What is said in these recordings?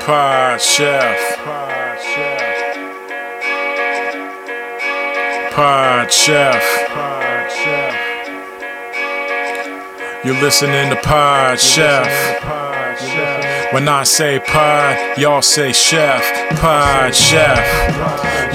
Pod Chef. Pod Chef. You're listening to Pod Chef. When I say pod, y'all say chef. Pod Chef.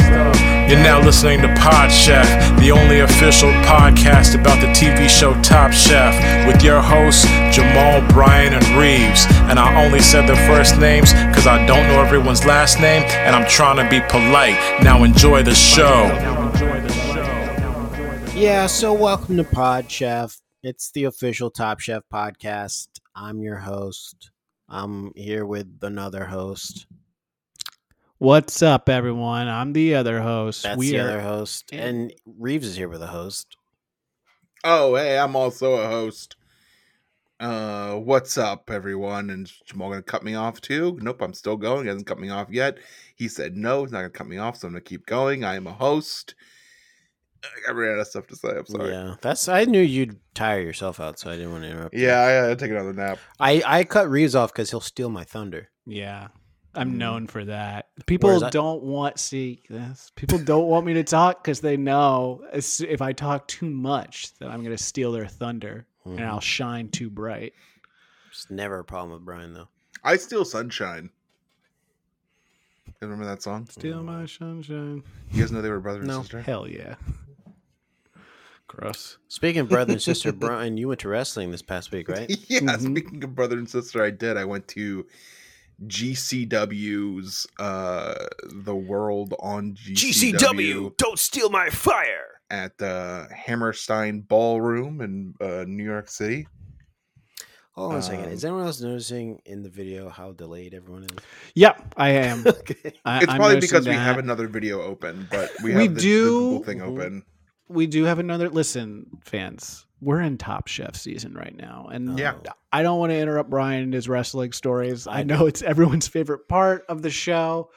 You're now listening to Pod Chef, the only official podcast about the TV show Top Chef, with your hosts, Jamal, Bryan, and Reeves. And I only said their first names because I don't know everyone's last name, and I'm trying to be polite. Now enjoy the show. Yeah, so welcome to Pod Chef. It's the official Top Chef podcast. I'm your host. I'm here with another host. What's up, everyone? I'm the other host. That's we the are other host. And Reeves is here with a host. Oh, hey, I'm also a host. Uh, what's up, everyone? And is Jamal gonna cut me off too? Nope, I'm still going. He hasn't cut me off yet. He said no, he's not gonna cut me off, so I'm gonna keep going. I am a host. I ran out of stuff to say. I'm sorry. Yeah, Yeah, that's. I knew you'd tire yourself out, so I didn't want to interrupt. you. I gotta take another nap. I I cut Reeves off because he'll steal my thunder. yeah. I'm known for that. Hmm. People I- don't want see this. People don't want me to talk because they know as- if I talk too much that I'm going to steal their thunder Hmm. and I'll shine too bright. It's never a problem with Brian though. I steal sunshine. You remember that song? Steal my sunshine. You guys know they were brother and No. sister. Hell yeah. Gross. Speaking of brother and sister, Brian, you went to wrestling this past week, right? yeah, Mhm. speaking of brother and sister, I did. I went to GCW's uh the world on GCW, don't steal my fire. at the Hammerstein Ballroom in uh, New York City. Hold on a second. Um, Is anyone else noticing in the video how delayed everyone is? Yep, I am. okay. I, It's I'm probably noticing because we that. have another video open, but we, We have the, the do- Google thing Mhm. open. we do have another listen fans we're in top chef season right now and Yeah. Oh, i don't want to interrupt brian and his wrestling stories i know it's everyone's favorite part of the show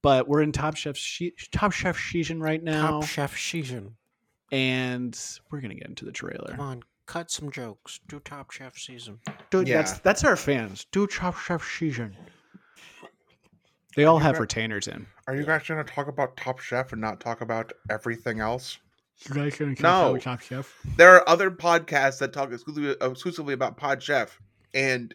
but we're in top chef she- top chef season right now Top Chef season. and we're gonna get into the trailer Come on, cut some jokes. Do Top Chef season. Dude, Yeah. that's that's our fans do top chef season they all have got- retainers in Are you guys going to talk about Top Chef and not talk about everything else? you guys gonna keep No. up with top chef There are other podcasts that talk exclusively, exclusively about Pod Chef, and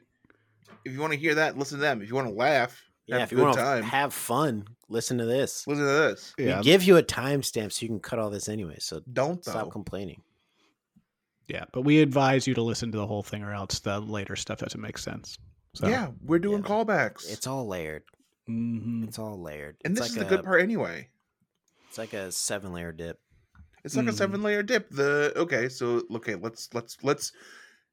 if you want to hear that, listen to them. If you want to laugh, Yeah, have if a you good want to time, have fun, listen to this. listen to this. yeah We give you a timestamp so you can cut all this anyway. So Don't though. stop complaining. yeah but we advise you to listen to the whole thing or else the later stuff doesn't make sense so Yeah, we're doing Yeah. callbacks, It's all layered. Mhm. It's all layered. and it's this like is the a, good part anyway. It's like a seven layer dip. It's like a Mm-hmm. Mhm. seven layer dip. The okay, so okay, let's let's let's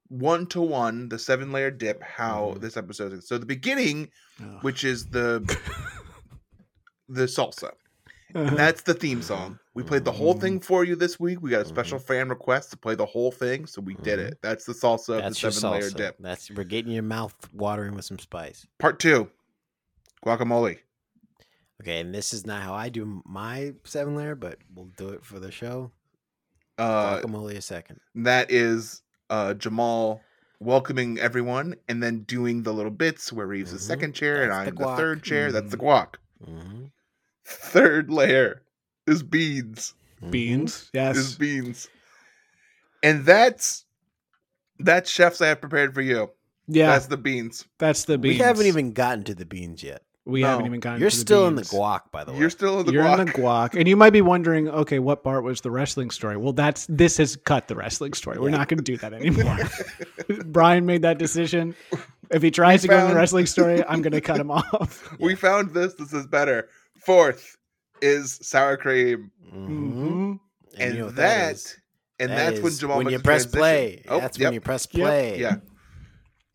one to one the seven layer dip. How Mhm. this episode is. So the beginning, Ugh. which is the the salsa. Uh-huh. And that's the theme song. We played the Mm-hmm. whole thing for you this week. We got a special fan request to play the whole thing, so we did Mhm. it. That's the salsa of the That's your seven layer salsa. dip. That's we're getting your mouth watering with some spice. Part two, guacamole. Okay, and this is not how I do my seven layer, but we'll do it for the show. Uh, Guacamole a second. that is uh, Jamal welcoming everyone, and then doing the little bits where Reeves the Mhm. second chair and That's I'm the the, guac. Mm-hmm. third chair. That's the Mhm. guac. Mhm. Third layer is beans. Mhm. beans. Is Yes. beans. And that's that's chefs I have prepared for you. yeah, That's the beans. that's the beans. We haven't even gotten to the beans yet. we No. haven't even gotten. You're to the still in the beans. guac, by the way. You're still in the You're guac. in the guac, and you might be wondering, okay, what part was the wrestling story? Well, that's this has cut the wrestling story. We're Yeah. not going to do that anymore. Brian made that decision. If he tries to go in found- the wrestling story, I'm going to cut him off. We found this. This is better. Fourth is sour cream, Mhm. Mhm. And, Mm-hmm. and, you know what that, is. and That that's when is Jamal when you makes the press transition. play. Oh, that's yep, when you press Yep. play. yeah,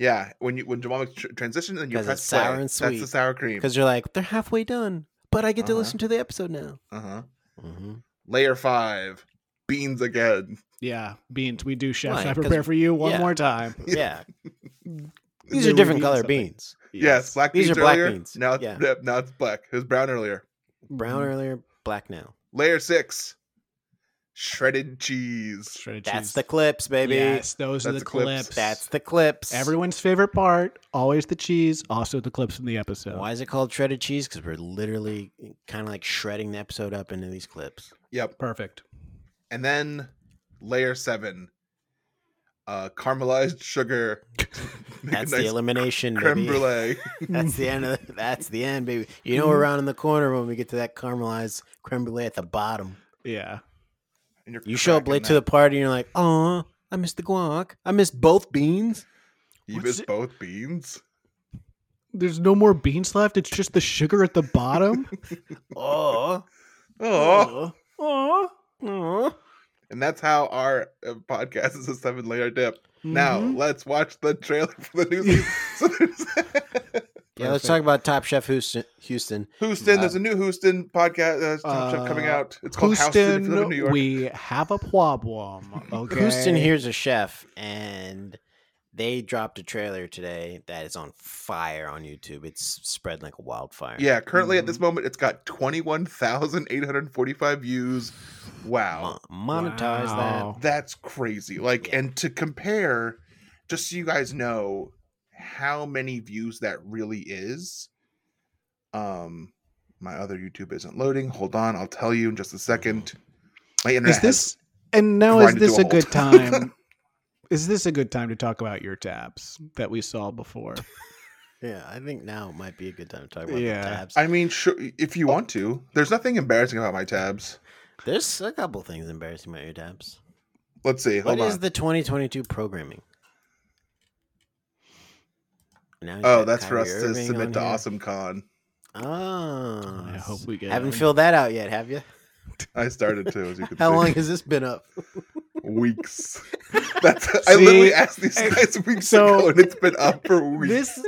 yeah. When you when Jamal makes tr- transition, then you 'Cause press it's sour play. and That's sweet. the sour cream. Because you're like, they're halfway done, but I get to Uh-huh. listen to the episode now. Uh huh. Mm-hmm. Layer five, beans again. Yeah, beans. We do chefs. Why? I 'Cause- prepare for you one yeah. more time. Yeah. These they are were different eating color something. beans. Yes, black These beans are black earlier. beans. Now, it's- Yeah. yep, now it's black. It was brown earlier. Brown earlier, black now. Layer six, shredded cheese. Shredded That's cheese. the clips, baby. Yes, those are That's the, the clips. clips. That's the clips. everyone's favorite part. Always the cheese. Also the clips from the episode. Why is it called shredded cheese? Because we're literally kind of like shredding the episode up into these clips. Yep. Perfect. And then layer seven, uh, caramelized sugar. Make a That's the nice elimination, creme baby. brulee. Mm-hmm. That's the end. Of the, that's the end, baby. You know we're around in the corner when we get to that caramelized creme brulee at the bottom. Yeah. And you're You show up cracking late that. to the party and you're like, "Oh, I missed the guac. I missed both beans." You What's missed it- both beans. There's no more beans left. It's just the sugar at the bottom. Oh, Oh, Aw. oh. and that's how our uh, podcast is a seven-layer dip. Now Mhm. let's watch the trailer for the new season. Yeah, let's talk about Top Chef Houston. Houston. Houston, there's a new Houston podcast uh, Top Chef coming Uh, out. It's called Houston. If you live in New Houston, York. we have a problem. Okay. Houston here's a chef, and they dropped a trailer today that is on fire on YouTube. It's spreading like a wildfire. Yeah, currently at this moment, it's got 21,845 views. Wow. Mo- monetize Wow. That's crazy. Like, Yeah. and to compare, just so you guys know how many views that really is. Um, my other YouTube isn't loading. Hold on, I'll tell you in just a second. My internet Is has- this and now is grinded to this a a halt. good time? is this a good time to talk about your tabs that we saw before? that. Yeah, I think now might be a good time to talk about Yeah. the tabs. I mean, sure, if Oh. you want to. There's nothing embarrassing about my tabs. There's a couple things embarrassing about your tabs. Let's see. What Hold is on. the 2022 programming? Now you've Oh, got that's for us Kyrie to Irving submit on to here. Awesome Con. Oh, I hope we get haven't one. filled that out yet, have you? I started to, as you can How see. long has this been up? weeks. That's I literally See? asked these guys weeks so- ago, and it's been up for weeks. This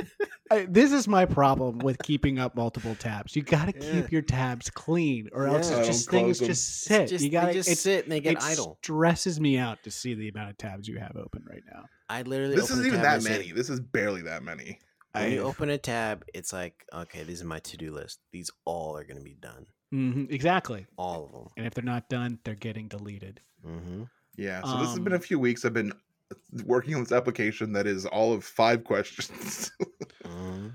I, this is my problem with keeping up multiple tabs. You got to Yeah. keep your tabs clean, or else Yeah. I don't it's just close things them. just sit. Just, you they got to just sit and they get it idle. stresses me out to see the amount of tabs you have open right now. I literally This open isn't a even tab and that I say, many. This is barely that many. When you I- open a tab, it's like, okay, these are my to do list. These all are going to be done. Mhm, exactly. All of them. And if they're not done, they're getting deleted. Mm-hmm. Yeah. So this has been a Um, few weeks. I've been working on this application that is all of five questions. hmm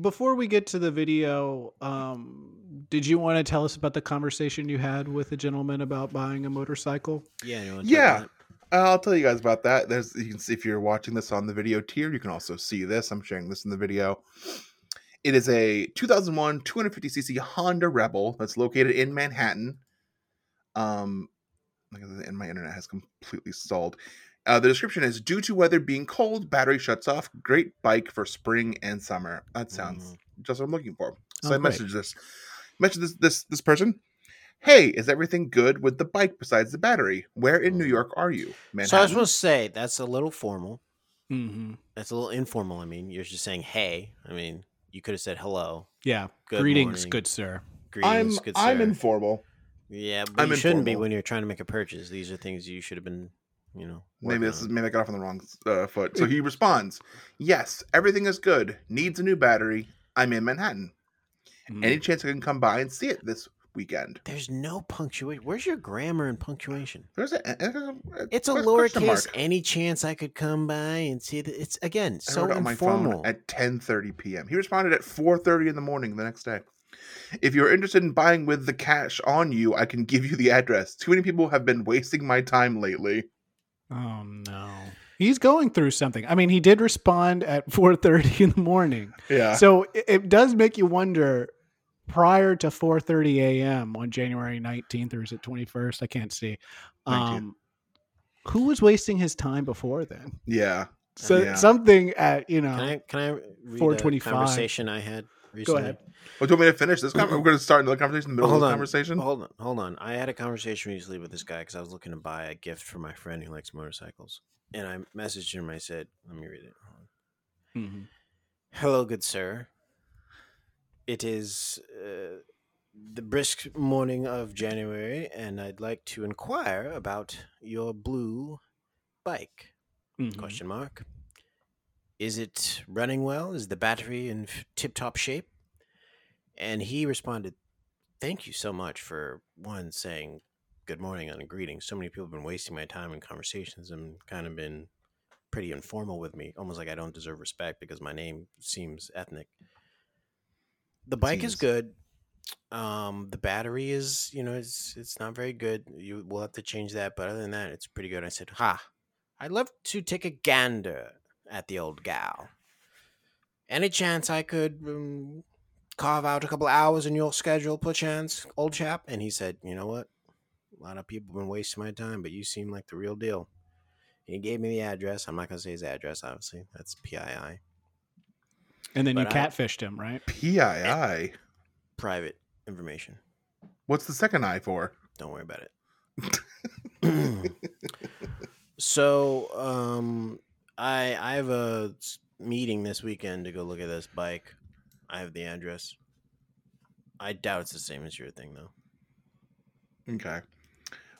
Before we get to the video, um, did you want to tell us about the conversation you had with a gentleman about buying a motorcycle? Yeah. you wanna talk Yeah. about I'll tell you guys about that. There's you can see if you're watching this on the video tier, you can also see this. I'm sharing this in the video. It is a 2001 250cc Honda Rebel that's located in Manhattan. Um, like I said, and my internet has completely stalled. Uh, the description is: Due to weather being cold, battery shuts off. Great bike for spring and summer. That sounds just what I'm looking for. So Oh, I great. messaged this, messaged this this this person. Hey, is everything good with the bike besides the battery? Where in New York are you? it. Oh. So I was Manhattan. supposed to say, that's a little formal. Mm-hmm. That's a little informal. I mean, you're just saying, hey. I mean, you could have said hello. Yeah. Good Greetings, morning. good sir. Greetings. I'm good I'm sir. informal. Yeah, but I'm you shouldn't be informal. when you're trying to make a purchase. These are things you should have been, you know. Maybe working this on. is maybe I got off on the wrong uh, foot. So he responds, "Yes, everything is good. Needs a new battery. I'm in Manhattan. Mm. Hmm. Any chance I can come by and see it this weekend?" There's no punctuation. Where's your grammar and punctuation? There's a, there's It's a there's question lowercase. mark. Any chance I could come by and see that? It's again I so wrote it on my informal. phone at 10:30 p.m. He responded at 4:30 in the morning the next day. If you're interested in buying with the cash on you, I can give you the address. Too many people have been wasting my time lately. Oh no. He's going through something. I mean, he did respond at 4:30 in the morning. Yeah. So it, it does make you wonder prior to 4:30 a.m. on January 19th or is it 21st? I can't see. 19th. Um who was wasting his time before then? yeah. So Yeah. something at, you Can know, I can I read 425. a conversation I had recently? ahead. Well, do you want me to finish this? Con- we're going to start another conversation in the middle Mm-hmm. Hold of the on. conversation. Hold on, hold on. I had a conversation recently with this guy because I was looking to buy a gift for my friend who likes motorcycles, and I messaged him. I said, "Let me read it." Hold on. Mhm. Hello, good sir. It is uh, the brisk morning of January, and I'd like to inquire about your blue bike. Mm-hmm. Mhm. Question mark. Is it running well? Is the battery in tip top shape? And he responded, Thank you so much for one saying good morning and a greeting. So many people have been wasting my time in conversations and kind of been pretty informal with me, almost like I don't deserve respect because my name seems ethnic. The bike is Seems. good. Um, the battery is, you know, it's it's not very good. You will have to change that, but other than that, it's pretty good. I said, "Ha, I'd love to take a gander at the old gal. Any chance I could um, carve out a couple hours in your schedule, perchance, old chap?" And he said, "You know what? A lot of people have been wasting my time, but you seem like the real deal." And he gave me the address. I'm not gonna say his address, obviously. That's PII, And then you But I- catfished him, right? PII. private information. What's the second I for? Don't worry about it. so, um, I I have a s- meeting this weekend to go look at this bike. I have the address. I doubt it's the same as your thing though. Okay.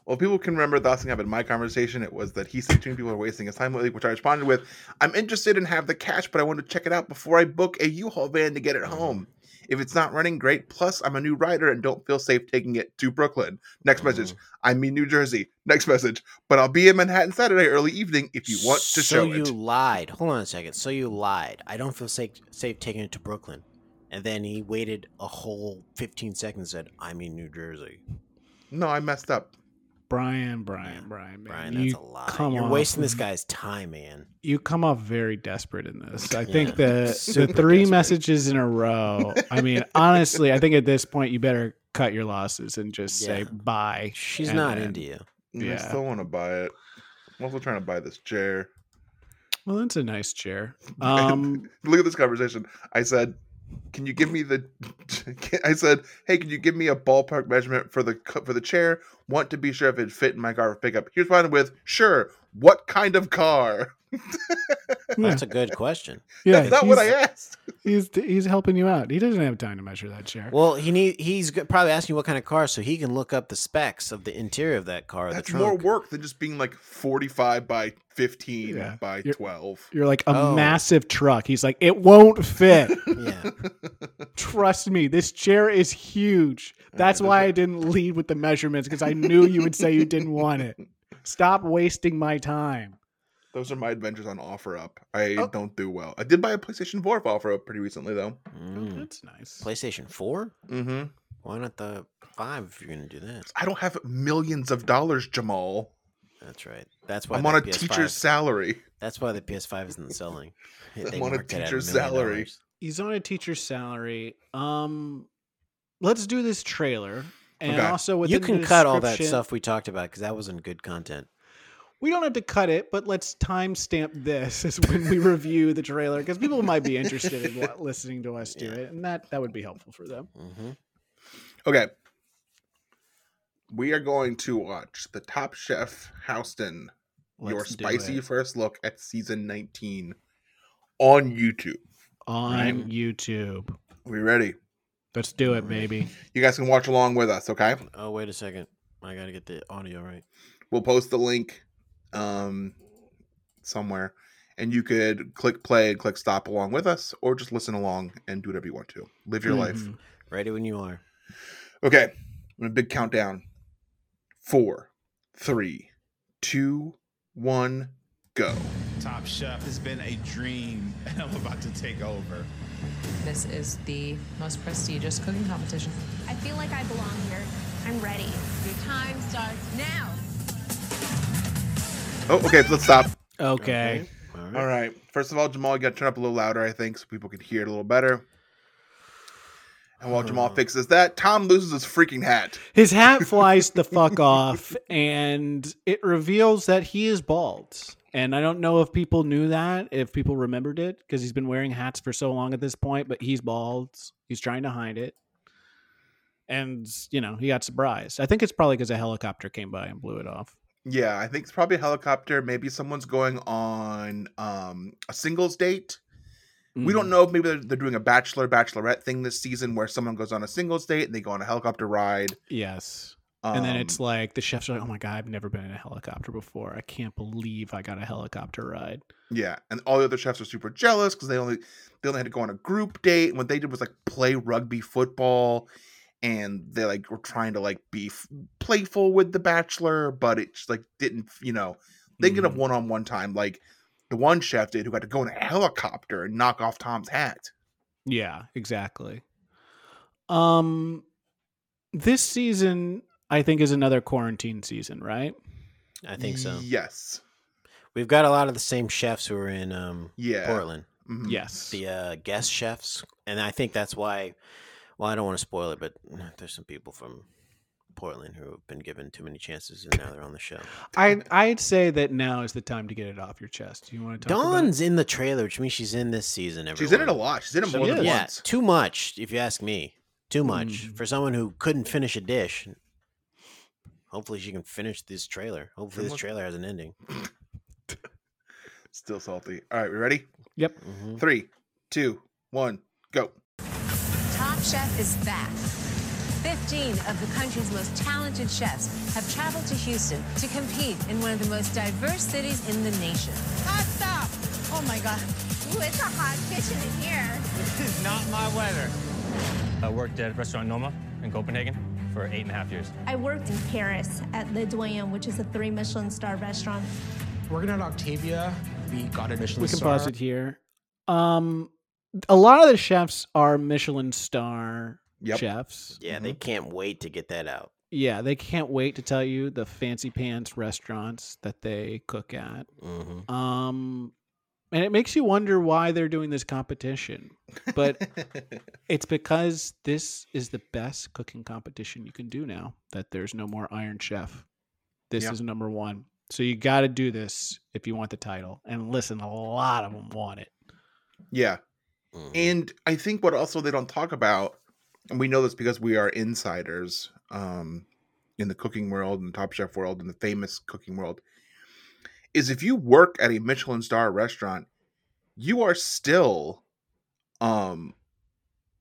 Well, people can remember the last thing happened in my conversation. It was that he said too many people are wasting his time lately, which I responded with, I'm interested and have the cash, but I want to check it out before I book a U-Haul van to get Mm-hmm. it home. If it's not running, great. Plus, I'm a new rider and don't feel safe taking it to Brooklyn. Next message, Mm-hmm. I'm in New Jersey. Next message, but I'll be in Manhattan Saturday early evening if you want to so show you it. lied. Hold on a second. So you lied. I don't feel safe safe taking it to Brooklyn. And then he waited a whole 15 seconds. And said, "I'm in New Jersey." No, I messed up. Brian, Brian, Yeah. Brian, man. Brian, you that's a lie. come You're off- wasting this guy's time, man. you come off very desperate in this. I Yeah, think the the super three desperate. messages in a row. I mean, honestly, I think at this point you better cut your losses and just say Yeah. bye. She's And not then- into you. And I Yeah. still want to buy it. I'm also trying to buy this chair. Well, that's a nice chair. Um, look at this conversation. I said, "Can you give me the?" I said, "Hey, can you give me a ballpark measurement for the cu- for the chair? Want to be sure if it fit in my car for pickup." Here's mine with, "Sure." What kind of car? yeah, That's a good question. yeah, That's not what I he's- asked. He's he's helping you out. He doesn't have time to measure that chair. Well, he need he's g- probably asking you what kind of car, so he can look up the specs of the interior of that car. or the That's more trunk. work than just being like 45 by 15 Yeah. by You're- 12. You're like a Oh. massive truck. He's like, it won't fit. Yeah, Trust me, this chair is huge. That's Uh, why does I didn't lead with the measurements because I knew you would say you didn't want it. Stop wasting my time. Those are my adventures on OfferUp. I Oh. don't do well. I did buy a PlayStation 4 off OfferUp pretty recently though. Mm. Oh, That's nice. PlayStation Four. Mm-hmm. Why not the five? If you're gonna do that, I don't have millions of dollars, Jamal. that's right. That's why I'm the on a PS5 teacher's salary. That's why the PS5 isn't selling. They I'm on a marked it at teacher's million salary. dollars. He's on a teacher's salary. Um, let's do this trailer. And Okay. also, with You can cut all that stuff we talked about because that wasn't good content. We don't have to cut it, but let's timestamp this as when we review the trailer because people might be interested in what, listening to us do Yeah. it, and that that would be helpful for them. hmm Mm-hmm. Okay. We are going to watch The Top Chef Houston, your Let's do spicy it. first look at season 19 on YouTube. on Right. YouTube. We ready? Let's do it, Right. baby. You guys can watch along with us, okay? Oh wait a second, I gotta get the audio right. We'll post the link um somewhere and you could click play and click stop along with us or just listen along and do whatever you want to. Live your life. Mhm. Ready when you are. Okay. I'm in a big countdown. Four, three, two, one, go. Top Chef has been a dream, and I'm about to take over. This is the most prestigious cooking competition. I feel like I belong here. I'm ready. Your time starts now. Oh, okay, let's stop. Okay. All right. All right. First of all, Jamal, you got to turn up a little louder, I think, so people can hear it a little better. And while Jamal fixes that, Tom loses his freaking hat. His hat flies the fuck off, and it reveals that he is bald. And I don't know if people knew that, if people remembered it, because he's been wearing hats for so long at this point, but he's bald. He's trying to hide it. And, you know, he got surprised. I think it's probably because a helicopter came by and blew it off. Yeah, I think it's probably a helicopter. Maybe someone's going on um, a singles date. We Mm, don't know if maybe they're, they're doing a bachelor, bachelorette thing this season where someone goes on a singles date and they go on a helicopter ride. Yes. and then Um, it's like the chef's like, "Oh my god, I've never been in a helicopter before. I can't believe I got a helicopter ride." Yeah, and all the other chefs are super jealous because they only they only had to go on a group date. And what they did was like play rugby football, and they like were trying to like be f- playful with the bachelor, but it just like didn't. You know, they get Mm-hmm. up one on one time like the one chef did who had to go in a helicopter and knock off Tom's hat. Yeah, exactly. Um, this season I think is another quarantine season, right? I think so. Yes. We've got a lot of the same chefs who were in um, Yeah. Portland, Mhm. Yes. the uh, guest chefs, and I think that's why. Well, I don't want to spoil it, but there's some people from Portland who have been given too many chances, and now they're on the show. I I'd say that now is the time to get it off your chest. You want to talk about it? Dawn's in the trailer, which means she's in this season. Everyone. She's in it a lot. She's in it She more than is. Yeah, once. too much, if you ask me. Too much Mm. for someone who couldn't finish a dish. Hopefully, she can finish this trailer. Hopefully, this Someone- trailer has an ending. Still salty. All right, we ready? Yep. Mhm. Three, two, one, go. Top Chef is back. 15 of the country's most talented chefs have traveled to Houston to compete in one of the most diverse cities in the nation. Hot stop! Oh my god. Ooh, it's a hot kitchen in here. This is not my weather. I worked at restaurant Noma in Copenhagen for eight and a half years. I worked in Paris at Le Doyen, which is a three Michelin star restaurant. Working at Octavia, we got a Michelin We can star. pause it here. Um, a lot of the chefs are Michelin star Yep. chefs. Yeah, they can't wait to get that out. Yeah, they can't wait to tell you the fancy pants restaurants that they cook at. hmm Um, and it makes you wonder why they're doing this competition. But it's because this is the best cooking competition you can do now that there's no more Iron Chef. This Yeah. is number one. So you got to do this if you want the title. And listen, a lot of them want it. Yeah. Mhm. And I think what also they don't talk about, and we know this because we are insiders um, in the cooking world and the Top Chef world and the famous cooking world, is if you work at a Michelin star restaurant, you are still um,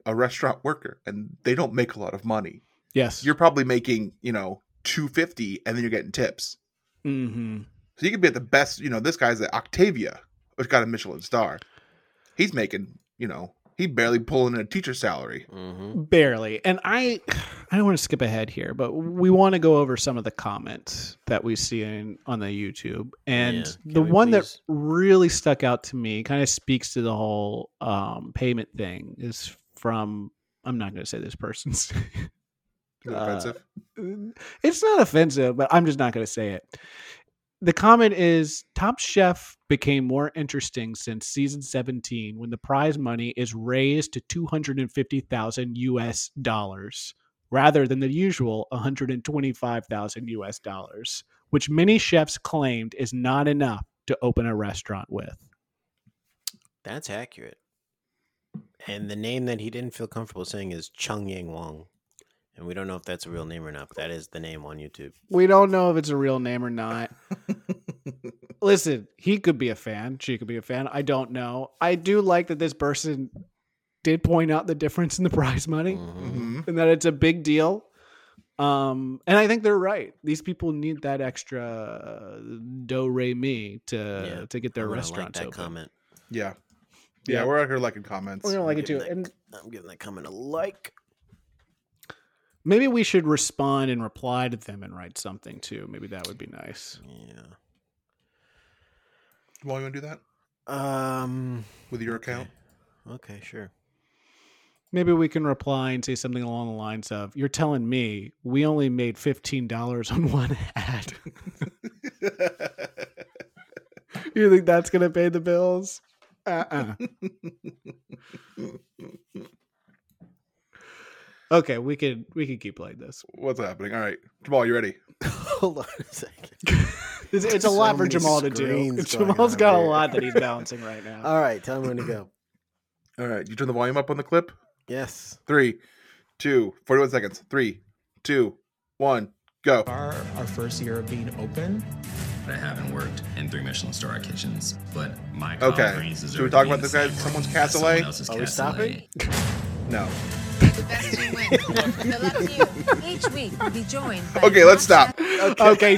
a restaurant worker, and they don't make a lot of money. Yes. You're probably making you know two fifty, and then you're getting tips. mm-hmm. So you could be at the best. You know, this guy's at Octavia, which got a Michelin star. He's making, you know, he barely pulling in a teacher's salary. Mhm. barely and i i don't want to skip ahead here but we want to go over some of the comments that we see in, on the youtube and Yeah. the Can we one that please- really stuck out to me kind of speaks to the whole um payment thing is from i'm not going to say this person's Is it Uh, offensive? it's not offensive but i'm just not going to say it the comment is top chef became more interesting since season 17 when the prize money is raised to 250,000 US dollars rather than the usual 125,000 US dollars which many chefs claimed is not enough to open a restaurant with. That's accurate. And the name that he didn't feel comfortable saying is Chung Yang Wong. And we don't know if that's a real name or not, but that is the name on YouTube. We don't know if it's a real name or not. Listen, he could be a fan. She could be a fan. I don't know. I do like that this person did point out the difference in the prize money Mm-hmm. Mhm. and that it's a big deal. Um, and I think they're right. These people need that extra uh, do re mi to Yeah, to get their I'm gonna restaurants like that open. comment. Yeah. Yeah, Yeah. we're out here liking comments. We're gonna like it too. Giving that- And I'm giving that comment a like. maybe we should respond and reply to them and write something too. Maybe that would be nice. Yeah. Well, you want to do that Um. with your account? Okay. Sure. Maybe we can reply and say something along the lines of, "You're telling me we only made fifteen dollars on one ad? you think that's gonna pay the bills? Uh-uh. okay, we could we could keep playing this. What's happening? All right. Jamal, you ready? Hold on a second. It's, it's a So lot for many Jamal to do. screens going Jamal's on got a here. Uh, lot that he's balancing right now. All right. Tell him when to go. All right. You turn the volume up on the clip? Yes. Three, two, 41 seconds. Three, two, one, go. Our, our first year of being open. I haven't worked in three Michelin star kitchens, but my Okay. Should we talk about this guy? Someone's Cassoulet? Are we stopping? No. But best two win. Good luck to you. Each week, we'll be joined by Okay, let's stop. Okay,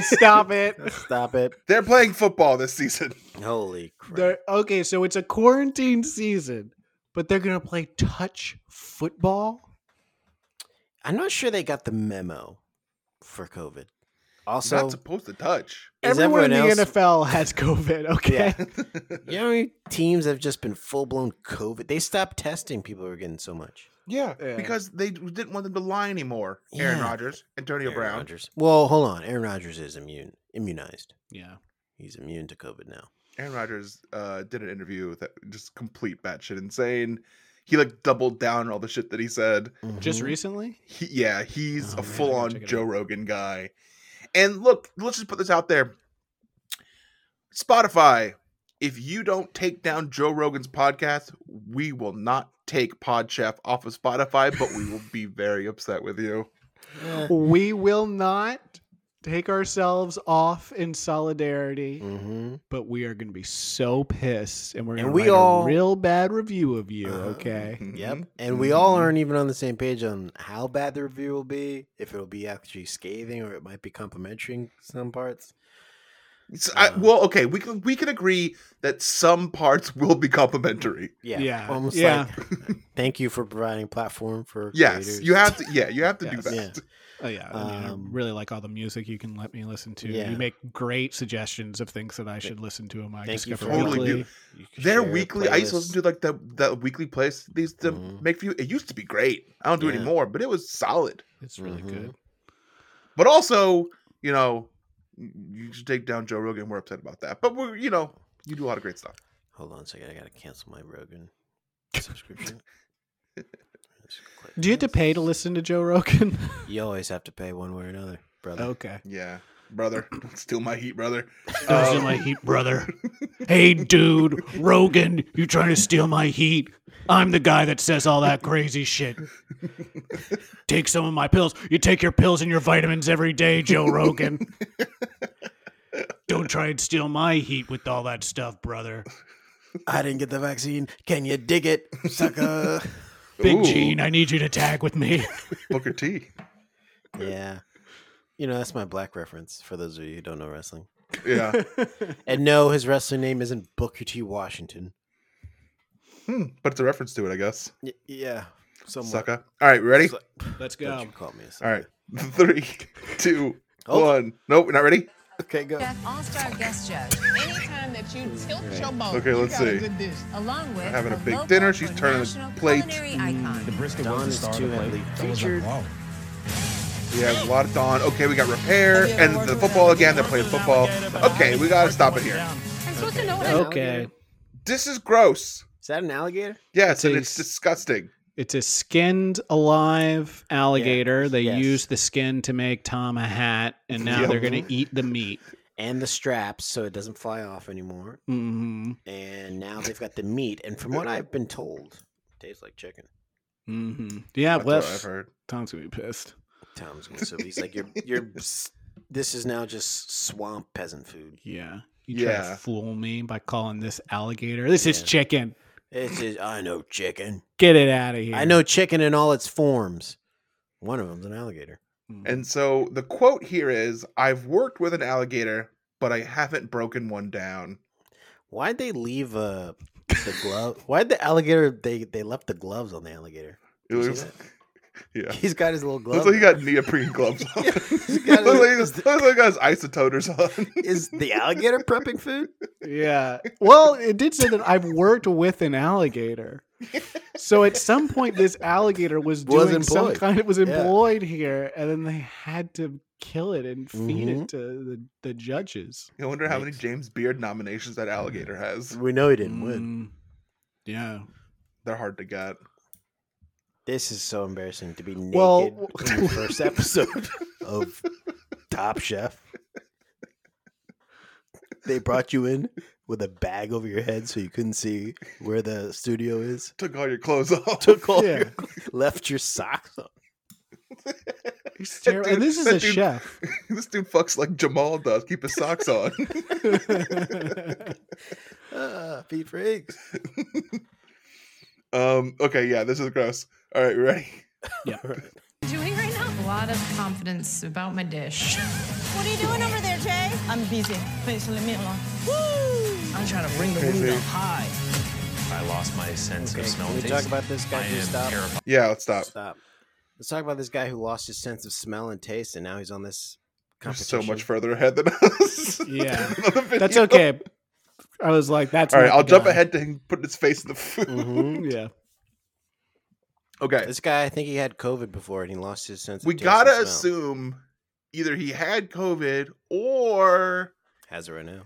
stop it. Stop it. They're playing football this season. Holy crap. They're- okay, so it's a quarantine season, but they're gonna play touch football. I'm not sure they got the memo for COVID. So, Also, Not supposed to touch. Is Everyone in the everyone else- NFL has COVID. Okay, you know how many teams have just been full blown COVID? They stopped testing people who are getting so much. Yeah, Yeah. because they didn't want them to lie anymore. Aaron Yeah. Rodgers, Antonio Aaron Brown. Rodgers. Well, hold on. Aaron Rodgers is immune, immunized. yeah. He's immune to COVID now. Aaron Rodgers uh, did an interview that just complete batshit insane. He like doubled down on all the shit that he said. Just Mhm. recently, He, yeah, he's Oh, a man, I full gotta check on it Joe Rogan guy. And look, let's just put this out there. Spotify, if you don't take down Joe Rogan's podcast, we will not take PodChef off of Spotify, but we will be very upset with you. we will not take ourselves off in solidarity, Mm-hmm. but we are gonna be so pissed, and we're gonna And we write all- Uh-huh. a real bad review of you. Okay, Yep. Mhm. And we all aren't even on the same page on how bad the review will be, if it'll be actually scathing or it might be complimentary in some parts. So I, Uh, well, okay, we can we can agree that some parts will be complimentary. Yeah. Yeah, Almost yeah. like thank you for providing platform for Yes, creators. you have to. Yeah, you have to do Yes. that. Yeah. oh yeah, I, mean, I Um, really like all the music you can let me listen to. Yeah. You make great suggestions of things that I should listen to. in my Thank you for Discover Totally Weekly. do. Their weekly, I used to listen to like the the weekly plays these to Mhm. make for you. It used to be great. I don't do it Yeah. anymore, but it was solid. It's really Mhm. good. But also, you know, you should take down Joe Rogan. We're upset about that, but we're you know, you do a lot of great stuff. Hold on a second. I got to cancel my Rogan subscription. Let's click Do you have to this. pay to listen to Joe Rogan? You always have to pay one way or another, brother. okay. Yeah, brother, don't steal my heat, brother. Don't steal my heat, brother. hey, dude, Rogan, you trying to steal my heat? I'm the guy that says all that crazy shit. Take some of my pills. You take your pills and your vitamins every day, Joe Rogan. Don't try and steal my heat with all that stuff, brother. I didn't get the vaccine. Can you dig it, sucker? Big Ooh. Gene, I need you to tag with me. Booker T. yeah. You know, that's my black reference for those of you who don't know wrestling. Yeah, And no, his wrestling name isn't Booker T. Washington. Hmm, but it's a reference to it, I guess. Y- yeah. Somewhat. Sucker. All right, ready? Suck- Let's Don't you call me a All sucker. right, three, two, Hold on. one. Nope, we're not ready. Okay, go. Chef All-Star Guest Judge, Anytime that you tilt your Oh, boat, Okay, let's you got see. a good dish. along with having a big local dinner. She's or turning the national plate. culinary icon. The Mm. brisket Don was the is star of too the plate. heavily That was featured. like, wow. We have a lot of Dawn. Okay, we got repair and the football again. They're playing football. Okay, we gotta stop it here. I'm supposed to know what Okay. This is gross. Is that an alligator? Yes, and It it's tastes- disgusting. It's a skinned alive alligator. They yes. used the skin to make Tom a hat, and now Yep. they're going to eat the meat. And the straps, so it doesn't fly off anymore. Mm-hmm. And now they've got the meat. And from what I've been told, tastes like chicken. Mm-hmm. Yeah, That's what I've well, heard. Tom's going to be pissed. Tom's gonna so he's like, you're you're. s- This is now just swamp peasant food. Yeah. You try Yeah. to fool me by calling this alligator. This is Yeah. chicken. It's just, I know chicken. Get it out of here. I know chicken in all its forms. One of them's an alligator. Mhm. And so the quote here is I've worked with an alligator, but I haven't broken one down. Why'd they leave uh, the glove? Why'd the alligator? They they left the gloves on the alligator. It Did you was, see yeah. He's got his little glove. Looks like he on. got neoprene gloves on. looks He's like got he his- looks like he got his isototers on. is the alligator prepping food? Yeah. Well, it did say that I've worked with an alligator. So at some point, this alligator was Was doing some employed. kind. It was Yeah. employed here, and then they had to kill it and feed Mm-hmm. Mhm. it to the, the judges. I wonder how many Yikes. James Beard nominations that alligator has. We know he didn't win. Mm. Yeah. They're hard to get. This is so embarrassing to be naked Well, in the first episode of Top Chef. They brought you in with a bag over your head so you couldn't see where the studio is. Took all your clothes off. Took all Yeah. your, left your socks on. He's That terrible. dude- And this is that a dude- chef. this dude fucks like Jamal does. Keep his socks on. Ah, Pete Friggs. um. Okay. Yeah. This is gross. All right. we Ready? Yeah. Doing right now? A lot of confidence about my dish. What are you doing over there, Jay? I'm busy. Please leave me alone. I'm trying to bring the Crazy. mood up high. I lost my sense Okay, of smell can we and talk taste. about this guy? I Can we am stop? terrified. Yeah, let's stop. Stop. Let's talk about this guy who lost his sense of smell and taste, and now he's on this You're competition. so much further ahead than us. Yeah. Another That's video. okay. I was like, that's All right, not I'll the jump guy. ahead to him putting his face in the food. Mm-hmm. Mhm. Yeah. Okay. This guy, I think he had COVID before, and he lost his sense. We of taste gotta and smell. assume either he had COVID or has it right now.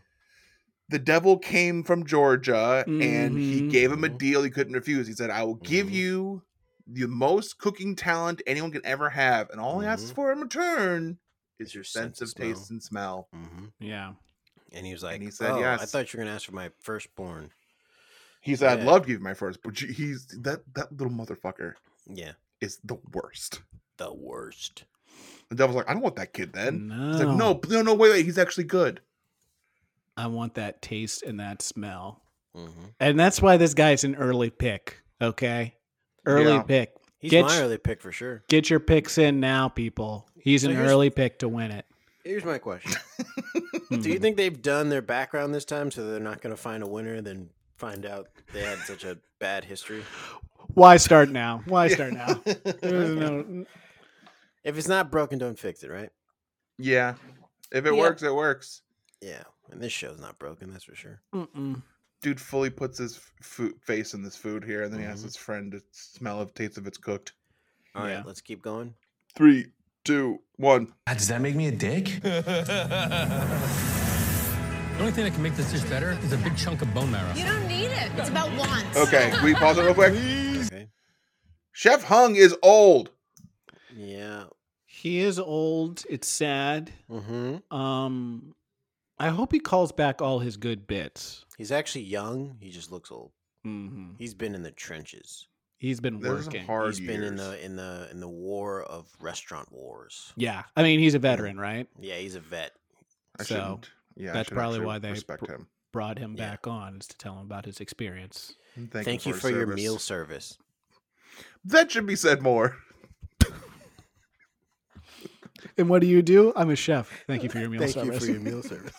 the devil came from Georgia and he Mhm. gave him a deal he couldn't refuse. He said, I will give you the most cooking talent anyone can ever have, and all he asks Mhm. for in return is Mm-hmm. your sense, of taste and smell. hmm Yeah. And he was like, he said "Oh, I yes." thought you were gonna ask for my firstborn. He said, I'd Yeah. love to give you my first, but you- he's that that little motherfucker Yeah, is the worst. the worst. The devil's like, I don't want that kid then. He's No. like, no, no, no, wait, wait, he's actually good. I want that taste and that smell. Mm-hmm. hmm And that's why this guy's an early pick. Okay. Early Yeah. pick. He's Get my sh- early pick for sure. Get your picks in now, people. He's So an here's- early pick to win it. Here's my question: Do you think they've done their background this time so they're not gonna find a winner, then find out they had such a bad history? Why start now? Why start now? There's no- If it's not broken, don't fix it, right? Yeah. If it Yeah. works, it works. Yeah, and this show's not broken, that's for sure. Mm-mm. Dude fully puts his food, face in this food here, and then he asks his friend to smell of taste if it's cooked. All right, Yeah. let's keep going. Three, two, one. Does that make me a dick? The only thing that can make this dish better is a big chunk of bone marrow. You don't need it. It's about wants. Okay, we pause it real quick. Okay. Chef Hung is old. Yeah. He is old. It's sad. Mm-hmm. Um, I hope he calls back all his good bits. He's actually young. He just looks old. Mm-hmm. He's been in the trenches. He's been There's some working. hard He's years. been in the in the in the war of restaurant wars. Yeah, I mean he's a veteran, right? Yeah, he's a vet. I so shouldn't- yeah, I that's should probably actually why they respect pr- him. Brought him Yeah. back on is to tell him about his experience. And Thank, him you his for your service. meal service. That should be said more. And what do you do? I'm a chef. Thank you for your meal Thank service. you for your meal service.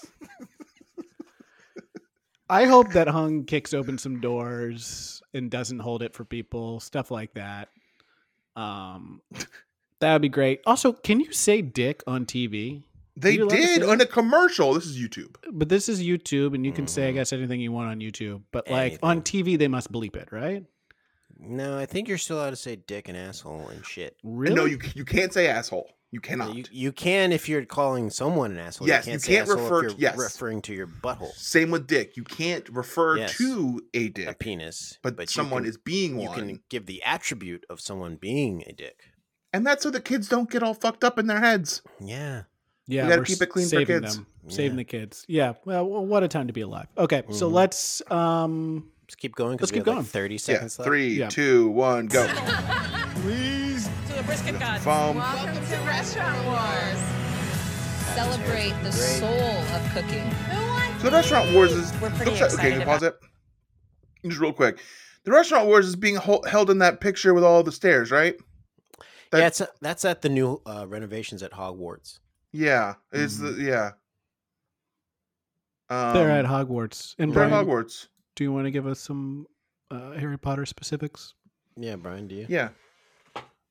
I hope that Hung kicks open some doors and doesn't hold it for people, stuff like that. Um, that would be great. Also, can you say "dick" on TV? They You're allowed to did say on a commercial. This is YouTube. But this is YouTube, and you can Mm. say, I guess, anything you want on YouTube. But like on TV, they must bleep it, right? no, I think you're still allowed to say dick and asshole and shit. Really? And No, you c- you can't say asshole. You cannot. You, you can if you're calling someone an asshole. Yes, you you can't, can't say asshole refer if to- you're yes. referring to your butthole, Same with dick. You can't refer Yes. to a dick, a penis. but, you someone can- is being You one. can give the attribute of someone being a dick. And that's so the kids don't get all fucked up in their heads. Yeah. yeah, we gotta we're keep it clean for saving kids. Them, Saving Yeah. the kids. Yeah. Well, w- what a time to be alive. Okay, Mm-hmm. so Mhm. let's. um Let's keep going. 'cause Let's we keep have, like, going. Thirty Yeah, seconds left. three, Yeah. two, one, go. Please. To the brisket gods. Foam. Welcome to Restaurant Wars. Celebrate the soul of cooking. Who wants So Restaurant Wars is We're pretty looks like- okay. excited Can you pause it? Just real quick. The Restaurant Wars is being hol- held in that picture with all the stairs, right? That- yeah, it's, that's at the new uh, renovations at Hogwarts. Yeah. It's the yeah. Um, Mm-hmm. They're at Hogwarts. And they're at Brian, Hogwarts. do you want to give us some uh, Harry Potter specifics? Yeah, Brian, do you? Yeah.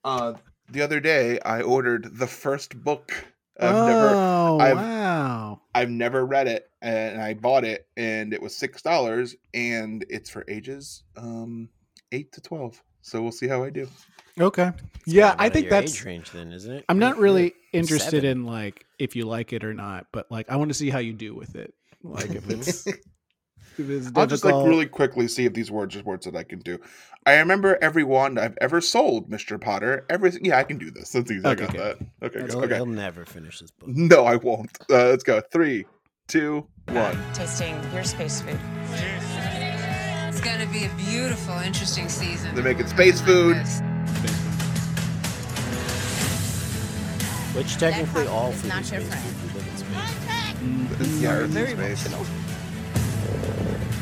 Uh, the other day I ordered the first book. I've never oh, I've- wow. I've never read it, and I bought it, and it was six dollars, and it's for ages um eight to twelve. So we'll see how I do. Okay. Yeah, Kinda I out think of your that's. age range then, isn't it? I'm Pretty not clear. really interested Seven. in like if you like it or not, but like I want to see how you do with it. Like if it's if it's I'll just like difficult. really quickly see if these words are words that I can do. I remember every wand I've ever sold, Mr. Potter. Everything. Yeah, I can do this. That's easy. I Okay, got good. that. Okay, That's good. okay. okay. He'll never finish this Mm-hmm. book. No, I won't. Uh, let's go. Three, two, one. Tasting your space food. It's gonna be a beautiful, interesting season. They're making space food. Yes. Which technically topic all is food not is your based friend. food, but it's based- Yeah, Earth in space.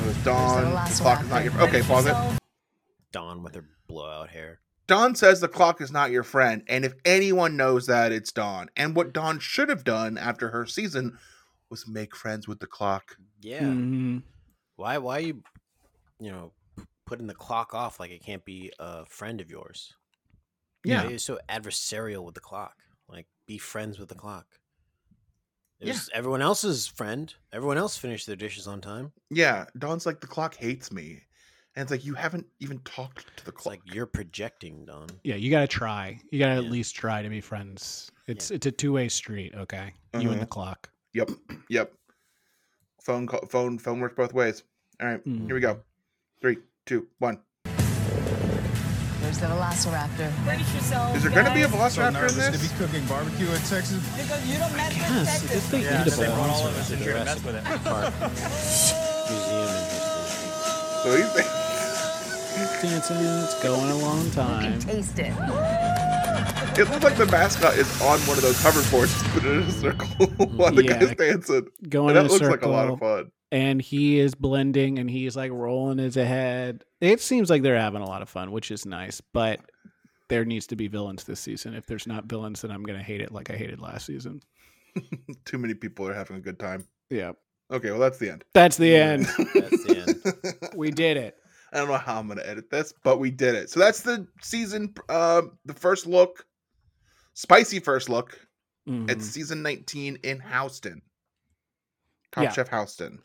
It was dawn. last Clock one. is not your. Okay, pause it. Dawn with her blowout hair. Don says the clock is not your friend, and if anyone knows that, it's Don. And what Don should have done after her season was make friends with the clock. Yeah. Hmm. Mm-hmm. Why? Why are you, you know, putting the clock off like it can't be a friend of yours? Yeah. Why are you so adversarial with the clock. Like, be friends with the clock. It Yeah. was everyone else's friend. Everyone else finished their dishes on time. Yeah, Don's like the clock hates me, and it's like you haven't even talked to the clock. like you're projecting, Don. Yeah, you gotta try. You gotta at least try to be friends. It's it's a two way street. Okay, you and the Mhm. clock. Yep, yep. Phone call, phone, phone works both ways. All right, here we go. Mm-hmm. Three, two, one. There's the velociraptor. Brace yourself. Is there gonna be a guys. So velociraptor in nervous this? to be cooking barbecue in Texas. Because you don't mess with guess, Texas. if they Yeah, eat a so they brought all of us in here to mess with it. So he's Dancing, it's going a long time. Taste it. It looks like the mascot is on one of those hoverboards, but in a circle while the Yeah, guy's dancing. And Going in that a looks circle, like a lot of fun. And he is blending, and he's like rolling his head. It seems like they're having a lot of fun, which is nice. But there needs to be villains this season. If there's not villains, then I'm gonna hate it like I hated last season. Too many people are having a good time. Yeah. Okay, well that's the end. That's the end. That's the end. we did it. I don't know how I'm gonna edit this, but we did it. So that's the season, uh, the first look, spicy first look Mm-hmm. at season 19 in Houston. Top Yeah. Chef Houston.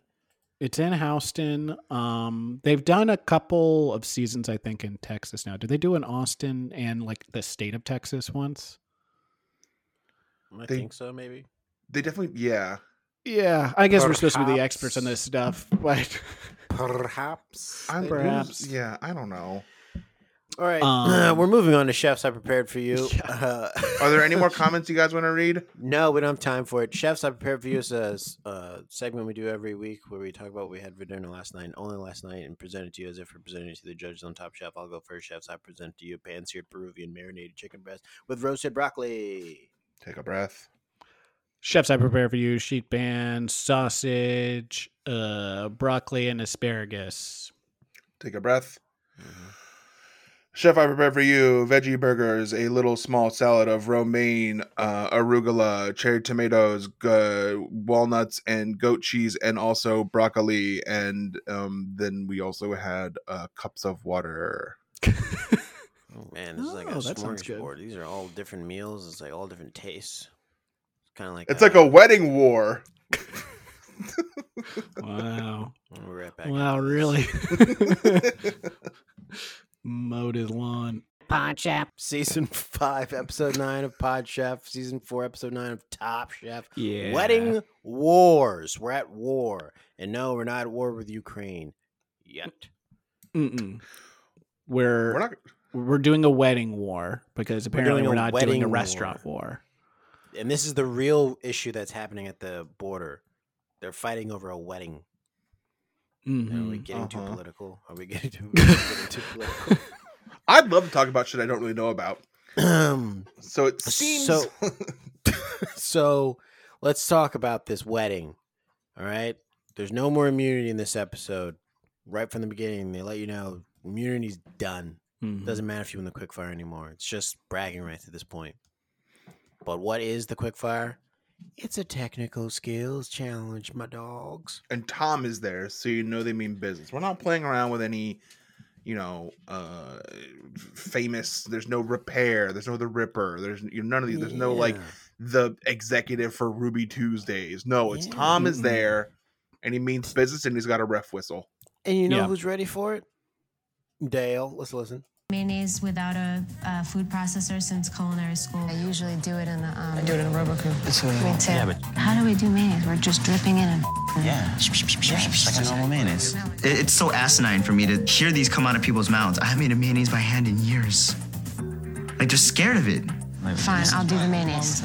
It's in Houston. Um, they've done a couple of seasons, I think, in Texas now. Did they do an Austin and like the state of Texas once? I They- think so, maybe. They definitely, yeah. Yeah, I guess we're supposed to be the experts on this stuff, but Perhaps. I'm, Perhaps. Yeah, I don't know. All right. Um, we're moving on to chefs I prepared for you. Uh, Are there any more comments you guys want to read? no, we don't have time for it. Chefs I prepared for you is a s- uh, segment we do every week where we talk about what we had for dinner last night, and only last night, and present it to you as if we're presenting it to the judges on Top Chef. I'll go first. Chefs I present to you pan seared Peruvian marinated chicken breast with roasted broccoli. Take a breath. chefs I prepare for you: sheet pan, sausage, uh, broccoli, and asparagus. Take a breath. Chef, I prepare for you veggie burgers, a little small salad of romaine, uh, arugula, cherry tomatoes, g- walnuts, and goat cheese, and also broccoli. And um, then we also had uh, cups of water. Oh, man, this is like a Oh, that sounds good. smorgasbord. These are all different meals. It's like all different tastes. It's kind of like It's like a wedding war. Wow! We'll be right back. wow! Really? Mowed his lawn. Pod Chef. Season five, episode nine of Pod Chef. Season four, episode nine of Top Chef. Yeah. Wedding wars. We're at war, and no, we're not at war with Ukraine yet. Mm-mm. We're We're not. we're doing a wedding war because apparently doing we're, a not doing wedding a war. restaurant war. And this is the real issue that's happening at the border. They're fighting over a wedding. Are we Mhm. getting too Uh-huh. political? Are we getting too, are we getting too political? I'd love to talk about shit I don't really know about. Um, So it seems. So- so let's talk about this wedding. All right. There's no more immunity in this episode. Right from the beginning, they let you know immunity's done. Mhm. Doesn't matter if you win the quickfire anymore. It's just bragging rights at this point. But what is the quickfire? It's a technical skills challenge, my dogs. and Tom is there, so you know they mean business. We're not playing around with any, you know, uh famous. There's no repair. There's no the Ripper. There's you know, none of these. There's no like Yeah. the executive for Ruby Tuesdays. No, it's Yeah. Tom is Mm-mm. there, and he means business, and he's got a ref whistle. And you know Yeah. who's ready for it? Dale. Let's listen. Mayonnaise without a, uh food processor since culinary school. I usually do it in the. Um, I do it in a rubber crew. It's Me too. How do we do mayonnaise? We're just dripping it and. Yeah. It's like a normal mayonnaise. It- It's so asinine for me to hear these come out of people's mouths. I haven't made a mayonnaise by hand in years. Like they're scared of it. Fine, I'll do the mayonnaise.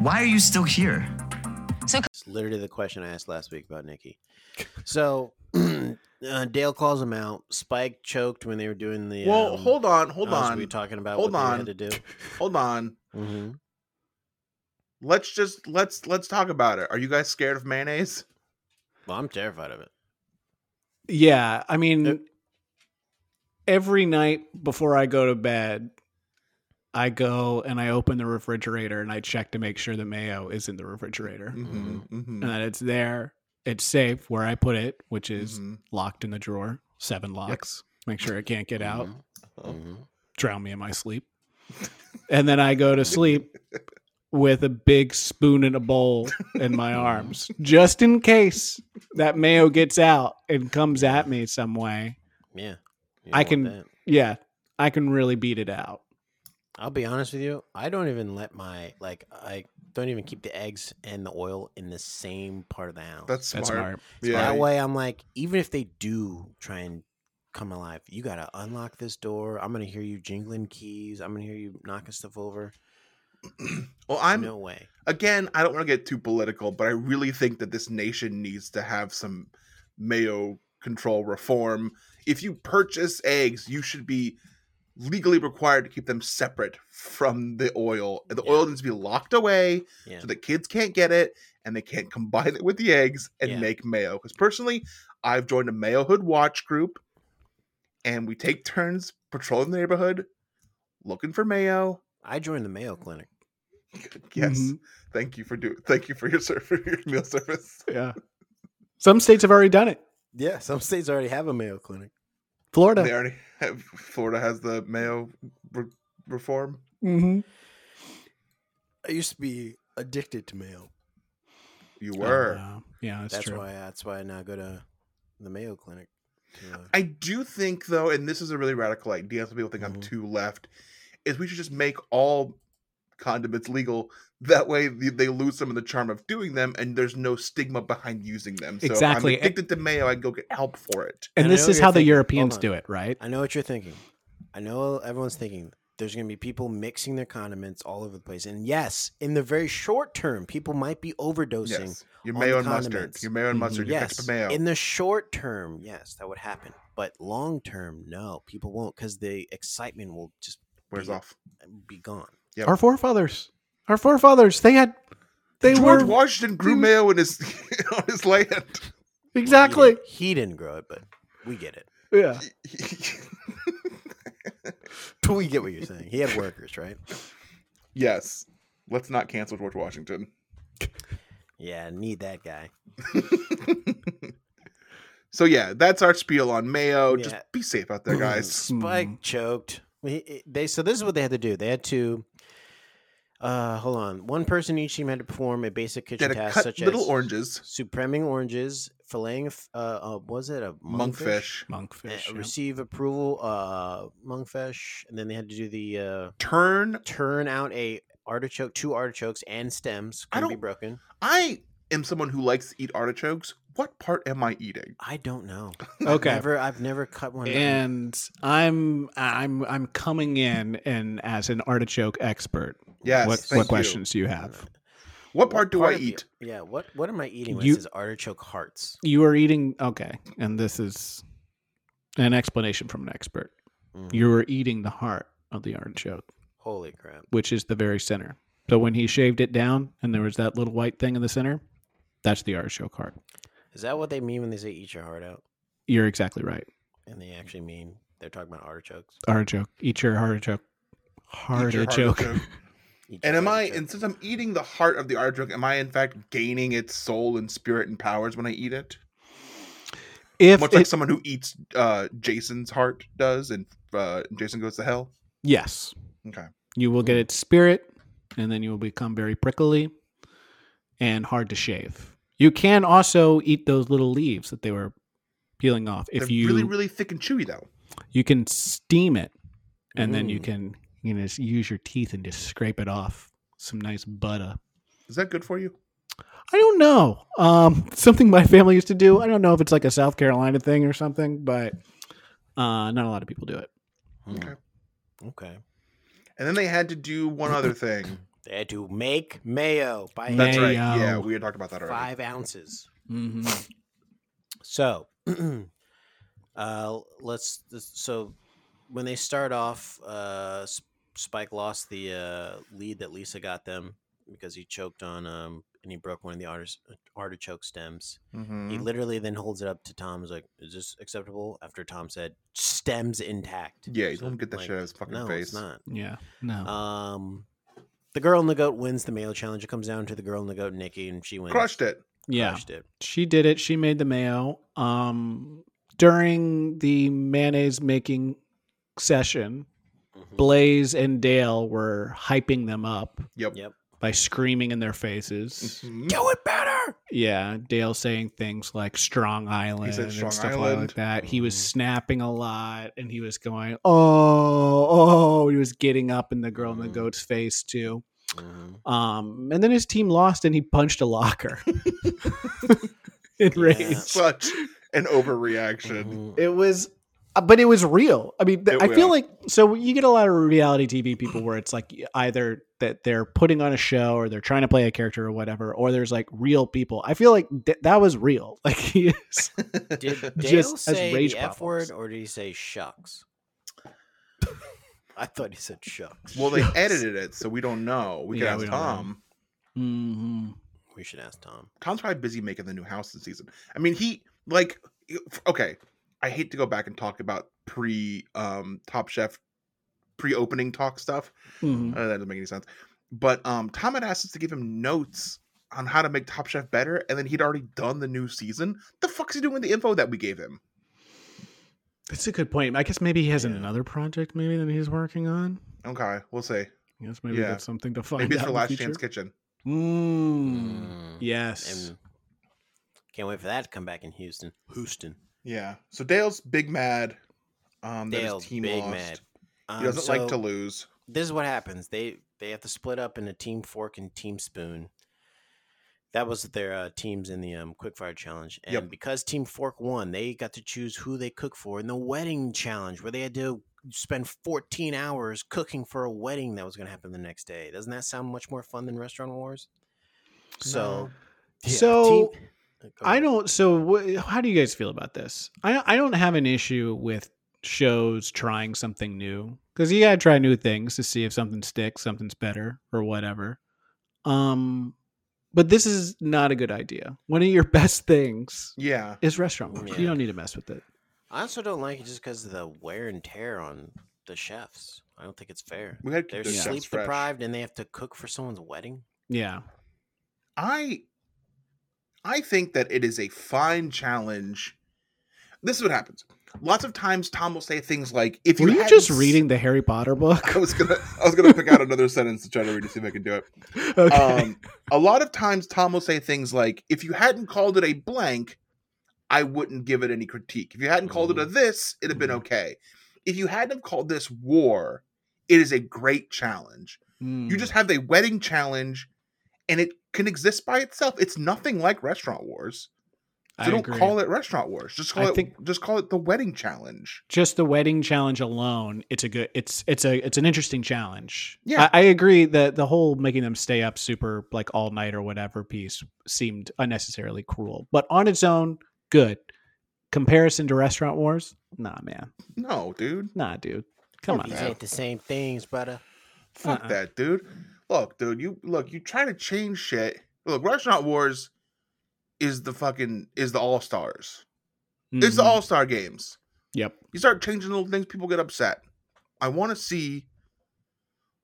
Why are you still here? It's literally the question I asked last week about Nikki. So uh, Dale calls him out. Spike choked when they were doing the. well, um, hold on, hold us, on, We were talking about Hold what they on. had to do. hold on. hmm Let's just let's let's talk about it. Are you guys scared of mayonnaise? Well, I'm terrified of it. Yeah, I mean, every night before I go to bed, I go and I open the refrigerator and I check to make sure the mayo is in the refrigerator Mm-hmm. mhm. and that it's there. It's safe where I put it, which is locked in the drawer, seven locks. Make sure it can't get out. Oh. Mm-hmm. Drown me in my sleep. And then I go to sleep with a big spoon and a bowl in my arms, just in case that mayo gets out and comes at me some way. Yeah. You I don't can, want that. yeah, I can really beat it out. I'll be honest with you. I don't even let my like. I don't even keep the eggs and the oil in the same part of the house. That's That's smart. smart. Yeah. Yeah. That way, I'm like, even if they do try and come alive, you gotta unlock this door. I'm gonna hear you jingling keys. I'm gonna hear you knocking stuff over. Well, I'm no way. Again, I don't want to get too political, but I really think that this nation needs to have some mayo control reform. If you purchase eggs, you should be legally required to keep them separate from the oil. The oil needs to be locked away Yeah. so that kids can't get it and they can't combine it with the eggs and Yeah. make mayo. Because personally, I've joined a Mayo Hood watch group and we take turns patrolling the neighborhood looking for mayo. I joined the Mayo Clinic. Mm-hmm. Yes. Mm-hmm. Thank you for do. Thank you for your ser- for your meal service. Yeah. Some states have already done it. Yeah, some states already have a Mayo Clinic. Florida. They already have. Florida has the mayo re- reform. Mm-hmm. I used to be addicted to mayo. Oh, You were. Yeah, that's, true. why. That's why I now go to the Mayo Clinic. to, uh, I do think though, and this is a really radical idea. Some people think I'm too left. Is we should just make all condiments legal. That way, the- they lose some of the charm of doing them, and there's no stigma behind using them. So Exactly. If I'm addicted to mayo. I go get help for it. And I know this what is you're how the thinking. Europeans Hold on. do it, right? I know what you're thinking. I know everyone's thinking there's going to be people mixing their condiments all over the place. And yes, in the very short term, people might be overdosing. Yes. Your on the mayo and mustard. condiments. Your mayo and mustard. Your Yes. ketchup and mayo. In the short term, yes, that would happen. But long term, no, people won't because the excitement will just wears be, off. Be gone. Yep. Our forefathers. Our forefathers. They had. They George were Washington grew mayo in his on his land. exactly. He didn't grow it, but we get it. Yeah. we get what you're saying. He had workers, right? Yes. Let's not cancel George Washington. Yeah, need that guy. So yeah, that's our spiel on mayo. Yeah. Just be safe out there, guys. Spike choked. We- They so this is what they had to do. They had to. Uh, hold on. One person each team had to perform a basic kitchen Gotta task, cut such little as oranges. supreming oranges, filleting. a f- Uh, uh, was it a monkfish? Monkfish. Monkfish, Uh, yeah. receive approval. Uh, monkfish, and then they had to do the uh, Turn. turn out a artichoke, two artichokes, and stems. I Couldn't be don't- broken. I am someone who likes to eat artichokes. What part am I eating? I don't know. Okay. I've never, I've never cut one. up. And I'm I'm I'm coming in and as an artichoke expert. Yes, What thank what you. questions do you have? What part do I of you- eat? yeah. What What am I eating? When You- it says artichoke hearts. You are eating okay, and this is an explanation from an expert. Mm-hmm. You are eating the heart of the artichoke, Holy crap! which is the very center. So when he shaved it down and there was that little white thing in the center, that's the artichoke heart. Is that what they mean when they say eat your heart out? You're exactly right. And they actually mean they're talking about artichokes. Artichoke. Eat your artichoke. Eat your Artichoke. Eat And your am I? artichoke. And since I'm eating the heart of the artichoke, am I in fact gaining its soul and spirit and powers when I eat it? If Much like it- someone who eats uh, Jason's heart does, and uh, Jason goes to hell. yes, Okay. you will get its spirit, and then you will become very prickly and hard to shave. You can also eat those little leaves that they were peeling off. If They're you really, really thick and chewy though. you can steam it, and then you Mm. can you know just use your teeth and just scrape it off. Some nice butter. Is that good for you? I don't know. Um, something my family used to do. I don't know if it's like a South Carolina thing or something, but uh, not a lot of people do it. Okay. Okay. And then they had to do one other thing. They had to make mayo by That's right. Mayo. Yeah, we had talked about that already. five ounces. Mm-hmm. So, uh, let's. this- So, when they start off, uh, S- Spike lost the uh, lead that Lisa got them because he choked on um, and he broke one of the artis- uh, artichoke stems. He Mhm. literally then holds it up to Tom. Is like, is this acceptable? After Tom said, stems intact. Yeah, you So, don't get that like, shit out of his fucking no, face. It's not. Yeah, no. Um, the girl in the goat wins the mayo challenge. It comes down to the girl in the goat, Nikki, and she wins. Crushed it. Yeah. Crushed it. She did it. She made the mayo. Um, during the mayonnaise making session, Blaze and Dale were hyping them up. Yep. Yep. By screaming in their Mm-hmm. faces. Do it better. Yeah, Dale saying things like "Strong Island" "Strong and stuff Island." Mm-hmm. like that. He was snapping a lot, and he was going, "Oh, oh!" He was getting up in the girl Mm-hmm. in the goat's face too. Mm-hmm. Um, and then his team lost, and he punched a locker in rage. Such an Mm-hmm. overreaction. It was, uh, but it was real. I mean, th- It I feel was. like so you get a lot of reality TV people where it's like either that they're putting on a show or they're trying to play a character or whatever, or there's like real people. I feel like th- that was real. Like he is Did Dale just as say rage the problems. F word or did he say shucks? I thought he said shucks. Well, they edited it, so we don't know. We can Yeah, ask we don't know. Tom. Mm-hmm. We should ask Tom. Tom's probably busy making the new house this season. I mean, he like okay. I hate to go back and talk about pre um Top Chef pre opening talk stuff. Mhm. Uh, that doesn't make any sense. But um Tom had asked us to give him notes on how to make Top Chef better, and then he'd already done the new season. The fuck's he doing with the info that we gave him? That's a good point. I guess maybe he has another project maybe that he's working on. Okay, we'll see. Yes, maybe that's something to find Maybe it's out for in the Last future. Chance Kitchen. Mm. Yes. And can't wait for that to come back in Houston. Houston. Yeah. So Dale's big mad. Um, that Dale's his team big lost. mad. Um, he doesn't like to so- lose. This is what happens. They they have to split up into Team Fork and Team Spoon. That was their uh, teams in the um, Quickfire Challenge, and Yep. because Team Fork won, they got to choose who they cook for in the wedding challenge, where they had to spend 14 hours cooking for a wedding that was going to happen the next day. Doesn't that sound much more fun than Restaurant Wars? So, yeah, so team- uh, I don't. So wh- how do you guys feel about this? I I don't have an issue with shows trying something new because you gotta try new things to see if something sticks, something's better, or whatever. Um, but this is not a good idea. One of your best things, Yeah. is restaurant. work. You Yeah. don't need to mess with it. I also don't like it just because of the wear and tear on the chefs. I don't think it's fair. We gotta keep They're the chefs sleep fresh. deprived and they have to cook for someone's wedding. Yeah. I I think that it is a fine challenge. This is what happens. Lots of times Tom will say things like if Were you, you hadn't just s- reading the Harry Potter book? I was gonna I was gonna pick out another sentence to try to read to see if I can do it. Okay. Um a lot of times Tom will say things like, if you hadn't called it a blank, I wouldn't give it any critique. If you hadn't called it a Mm-hmm. this, it'd have been okay. If you hadn't have called this war, it is a great challenge. Hmm, You just Mm-hmm. have a wedding challenge and it can exist by itself. It's nothing like restaurant wars. So I don't agree. call it restaurant wars. Just call I it think- just call it the wedding challenge. just the wedding challenge alone, it's a good it's it's a it's an interesting challenge. Yeah. I, I agree that the whole making them stay up super like all night or whatever piece seemed unnecessarily cruel. But on its own, good. Comparison to restaurant wars? Nah, man. No, dude. Nah, dude. Come Fuck on. These that. ain't the same things, uh, brother. Fuck Uh-uh. that, dude. Look, dude, you look, you try to change shit. Look, Restaurant Wars is the fucking is the all stars. It's the Mhm. all star games. Yep. You start changing little things, people get upset. I want to see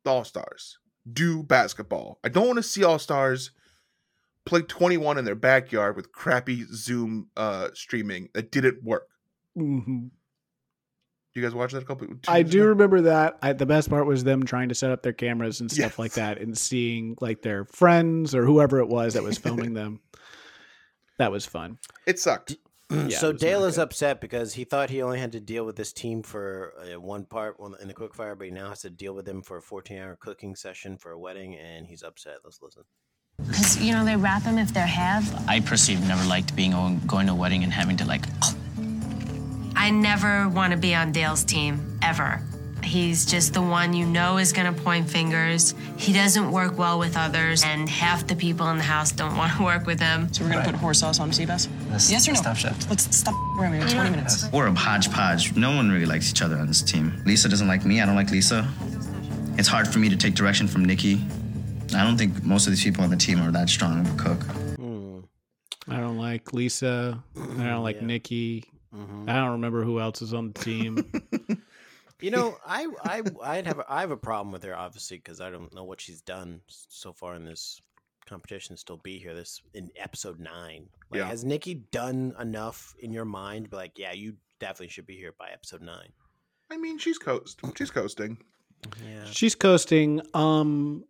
the all stars do basketball. I don't want to see all stars play 21 in their backyard with crappy Zoom uh streaming that didn't work. Mm-hmm. Mhm. You guys watch that a couple? two I years do ago? remember that. I, the best part was them trying to set up their cameras and stuff Yes. like that, and seeing like their friends or whoever it was that was filming them. That was fun. It sucked. Yeah, so it was not Dale is good. upset because he thought he only had to deal with this team for uh, one part one- in the quickfire, but he now has to deal with them for a 14 hour cooking session for a wedding, and he's upset. Let's listen. Because, you know, they wrap them if they're halves. I perceive never liked being on, going to a wedding and having to like. I never want to be on Dale's team, ever. He's just the one you know is going to point fingers. He doesn't work well with others, and half the people in the house don't want to work with him. So We're gonna put horse sauce on Seabass. Yes or no? Stop Chef. Let's stop around. We have 20 minutes. We're a hodgepodge. No one really likes each other on this team. Lisa doesn't like me. I don't like Lisa. It's hard for me to take direction from Nikki. I don't think most of these people on the team are that strong of a cook. I don't like Lisa. I don't like Nikki. Mm-hmm. I don't remember who else is on the team. You know, I I I'd have a, I have a problem with her obviously because I don't know what she's done s- so far in this competition. Still be here this in episode nine. Like, Yeah. has Nikki done enough in your mind? Be like, yeah, you definitely should be here by episode nine. I mean, she's coast. She's coasting. She's coasting. Um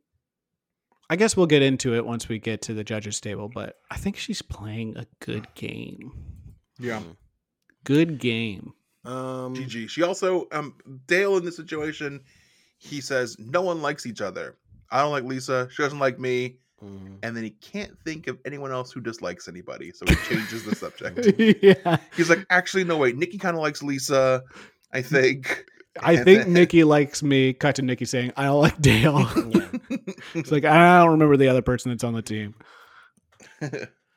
I guess we'll get into it once we get to the judges table, but I think she's playing a good game. Yeah. Good game. Um, GG. She also, um, Dale in this situation, he says, no one likes each other. I don't like Lisa. She doesn't like me. And then he can't think of anyone else who dislikes anybody. So he changes the subject. yeah. He's like, actually, no, wait. Nikki kind of likes Lisa, I think. I And think then- Nikki likes me. Cut to Nikki saying, I don't like Dale. it's like, I don't remember the other person that's on the team.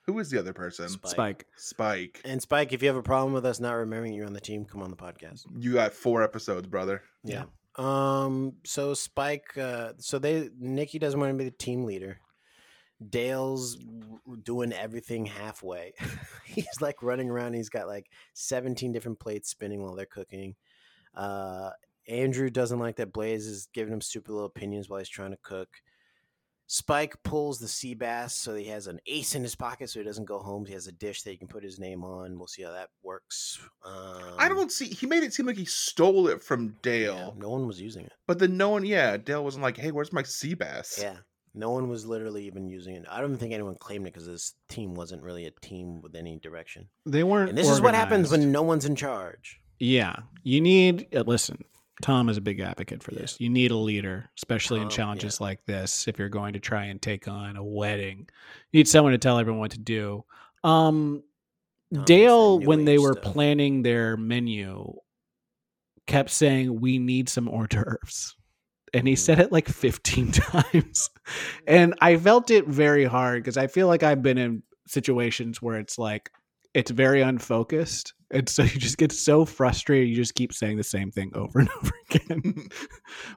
who is the other person? Spike. Spike. And Spike, if you have a problem with us not remembering you're on the team, come on the podcast. You got four episodes, brother. Yeah. Um. So Spike. Uh. So they. Nikki doesn't want to be the team leader. Dale's w- doing everything halfway. he's like running around. He's got like seventeen different plates spinning while they're cooking. Uh. Andrew doesn't like that Blaze is giving him stupid little opinions while he's trying to cook. Spike pulls the sea bass so he has an ace in his pocket so he doesn't go home. He has a dish that he can put his name on. We'll see how that works. Um, I don't see. He made it seem like he stole it from Dale. no one was using it. But then no one, yeah, Dale wasn't like, hey, where's my sea bass? Yeah. No one was literally even using it. I don't think anyone claimed it because this team wasn't really a team with any direction. They weren't. And this is what happens when no one's in charge. Yeah. You need, uh, listen, Tom is a big advocate for this. You need a leader, especially in challenges like this. If you're going to try and take on a wedding, you need someone to tell everyone what to do. Um, Dale, when they were planning their menu, kept saying, We need some hors d'oeuvres. And he said it like 15 times. And I felt it very hard because I feel like I've been in situations where it's like, it's very unfocused. And so you just get so frustrated. You just keep saying the same thing over and over again.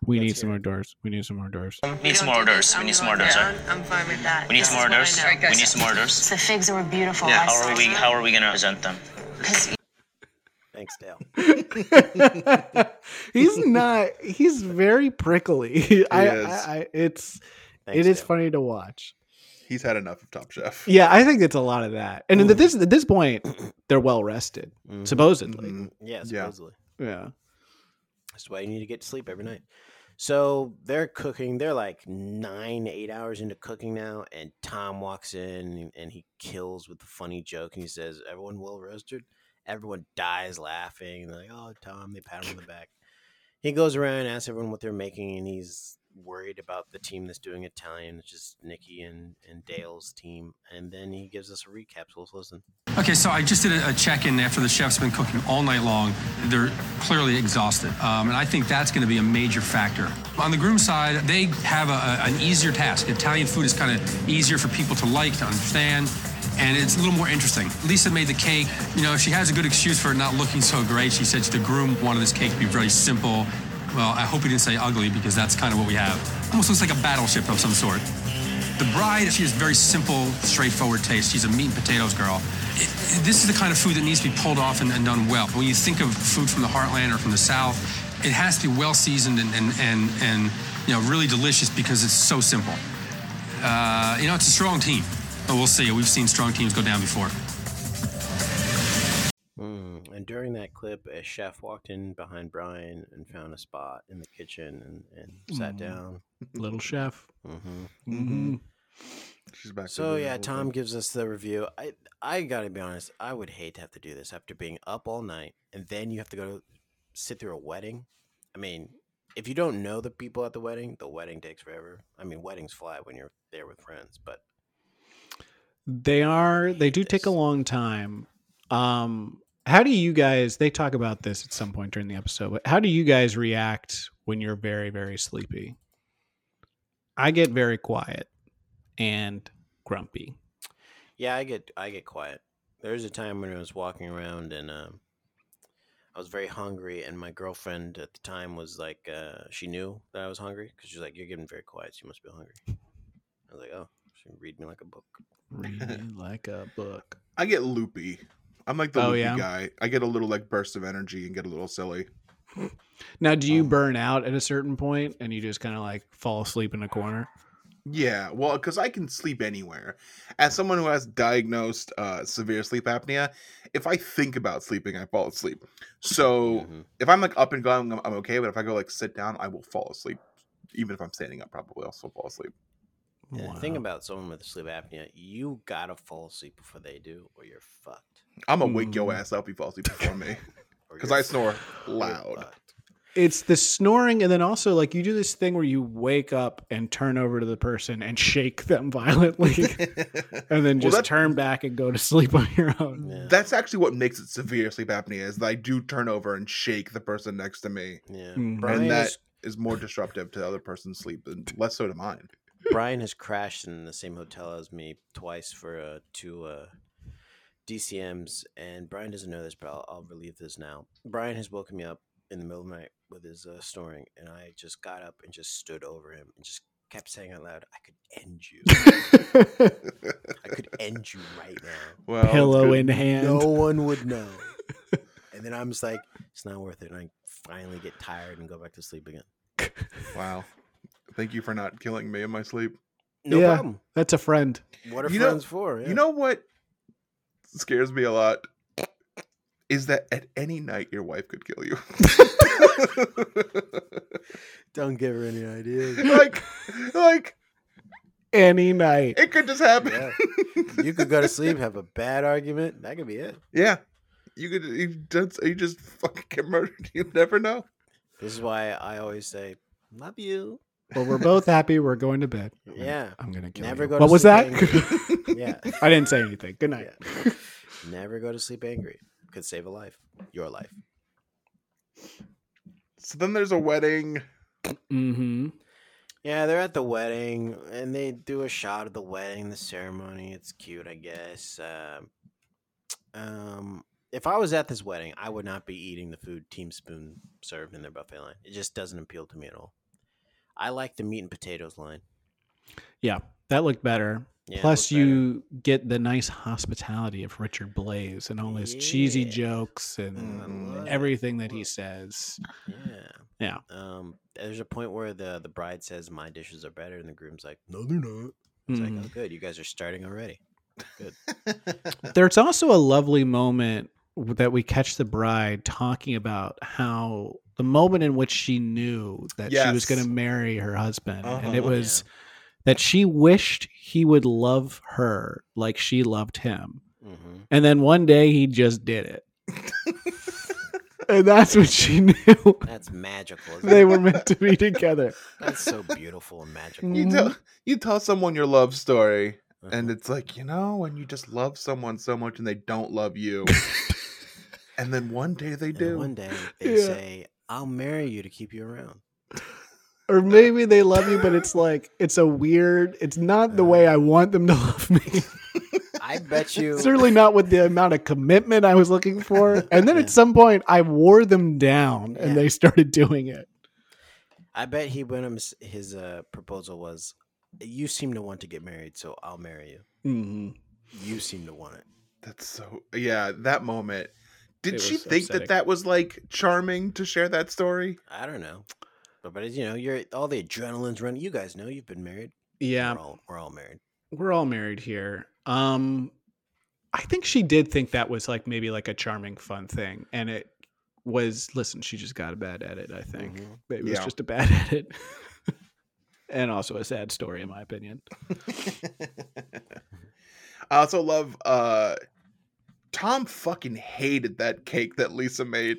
we need some hors d'oeuvres. We need some hors d'oeuvres. We need some orders. We need some orders. Right? I'm fine with that. We need some orders. We need some orders. The figs were beautiful. Yeah. How are we? How are we gonna present them? Thanks, Dale. he's not. He's very prickly. I, is. I, I. It's. it is funny to watch. He's had enough of Top Chef. Yeah, I think it's a lot of that. And at this at this point, they're well rested, supposedly. Yeah, supposedly. Yeah. That's why you need to get to sleep every night. So they're cooking. They're like nine, eight hours into cooking now. And Tom walks in and he kills with the funny joke. And he says, Everyone well roasted? Everyone dies laughing. And they're like, Oh, Tom, they pat him on the back. He goes around and asks everyone what they're making. And he's worried about the team that's doing Italian, which is Nikki and, and Dale's team. And then he gives us a recap. So let's listen. Okay, so I just did a, a check in after the chef's been cooking all night long. They're clearly exhausted, um, and I think that's going to be a major factor. On the groom side, they have a, a- an easier task. Italian food is kind of easier for people to like, to understand, and it's a little more interesting. Lisa made the cake. You know, she has a good excuse for it not looking so great. She said the groom wanted this cake to be very simple. Well, I hope he didn't say ugly because that's kind of what we have. Almost looks like a battleship of some sort. The bride, she has very simple, straightforward taste. She's a meat and potatoes girl. It- it- this is the kind of food that needs to be pulled off and, and done well. When you think of food from the heartland or from the south, it has to be well seasoned and, and, and, and you know really delicious because it's so simple. Uh, you know, it's a strong team. But we'll see. We've seen strong teams go down before. Mm. And during that clip, a chef walked in behind Brian and found a spot in the kitchen and, and sat Mm. down. Little chef. Mm-hmm. Mhm. She's back. to So doing the yeah, whole Tom thing. gives us the review. I I gotta be honest, I would hate to have to do this after being up all night and then you have to go sit through a wedding. I mean, if you don't know the people at the wedding, the wedding takes forever. I mean, weddings fly when you're there with friends, but They are. They do take a long time. Um, how do you guys? They talk about this at some point during the episode. But how do you guys react when you're very, very sleepy? I get very quiet and grumpy. Yeah, I get I get quiet. There was a time when I was walking around and um, I was very hungry, and my girlfriend at the time was like, uh, she knew that I was hungry because she's like, "You're getting very quiet. So you must be hungry." I was like, oh, she can read me like a book. like a book. I get loopy. I'm like the Oh, loopy yeah? guy. I get a little like burst of energy and get a little silly. Now, do you burn out at a certain point and you just kind of like fall asleep in a corner? Yeah, well, because I can sleep anywhere. As someone who has diagnosed uh, severe sleep apnea, if I think about sleeping, I fall asleep. So if I'm like up and going, I'm, I'm okay. But if I go like sit down, I will fall asleep. Even if I'm standing up, probably I'll still fall asleep. Yeah, The thing about someone with sleep apnea, you gotta fall asleep before they do, or you're fucked. I'm gonna wake your ass up. You fall asleep before me because I snore loud. It's the snoring, and then also like you do this thing where you wake up and turn over to the person and shake them violently, and then Well, just that- turn back and go to sleep on your own. That's actually what makes it severe sleep apnea is that I do turn over and shake the person next to me. Yeah, Mm. Brian and that is- is more disruptive to the other person's sleep and less so to mine. Brian has crashed in the same hotel as me twice for uh, two uh, DCMs, and Brian doesn't know this, but I'll, I'll relieve this now. Brian has woken me up in the middle of the night with his uh, snoring, and I just got up and just stood over him and just kept saying out loud, "I could end you. I could end you right now." Well, it's Pillow good. in hand. No one would know. and then I'm just like, "It's not worth it," and I finally get tired and go back to sleep again. Wow. Thank you for not killing me in my sleep. No yeah, problem. that's a friend. What are You know- friends for? You know what scares me a lot is that at any night your wife could kill you. don't give her any ideas. like, like Any night, it could just happen. Yeah. you could go to sleep, have a bad argument. That could be it. Yeah. You could you just, you just fucking get murdered. You never know. This is why I always say, "Love you." well, we're both happy. We're going to bed. Yeah, I'm gonna kill Never you. go. What to was sleep that? angry. yeah, I didn't say anything. Good night. never go to sleep angry. Could save a life, your life. So then there's a wedding. Mm-hmm. Yeah, they're at the wedding and they do a shot of the wedding, the ceremony. It's cute, I guess. Um um, if I was at this wedding, I would not be eating the food Team Spoon served in their buffet line. It just doesn't appeal to me at all. I like the meat and potatoes line. Yeah, that looked better. Yeah, it Plus, you get the nice hospitality of Richard Blaze and all his cheesy jokes and Mm-hmm. everything that he says. Yeah. Yeah. Um, there's a point where the the bride says, "My dishes are better," and the groom's like, "No, they're not." It's Mhm. like, "Oh, good, you guys are starting already." Good. There's also a lovely moment w- that we catch the bride talking about how the moment in which she knew that she Yes. was going to marry her husband, and it Uh-huh. was that she wished he would love her like she loved him. Mm-hmm. And then one day he just did it. and that's when she knew That's magical. Isn't they it? were meant to be together. That's so beautiful and magical. Uh-huh. You tell you tell someone your love story, and it's like you know when you just love someone so much and they don't love you, and then one day they And then do. one day they Yeah. say, "I'll marry you to keep you around." Or maybe they love you, but it's like, it's a weird, it's not the way I want them to love me. I bet you. Certainly not with the amount of commitment I was looking for. And then at some point, I wore them down and they started doing it. I bet he went. him- His uh, proposal was, "You seem to want to get married, so I'll marry you. Mm-hmm. You seem to want it." That's so yeah. That moment. Did It she was think upsetting. that that was like charming to share that story? I don't know, but but you know, you're all the adrenaline's running. You guys know you've been married. Yeah. we're all, we're all married. we're all married here. Um, I think she did think that was like maybe like a charming, fun thing, and it was. Listen, she just got a bad edit. I think maybe it was Mm-hmm. Yeah. just a bad edit, and also a sad story, in my opinion. I also love uh Tom fucking hated that cake that Lisa made.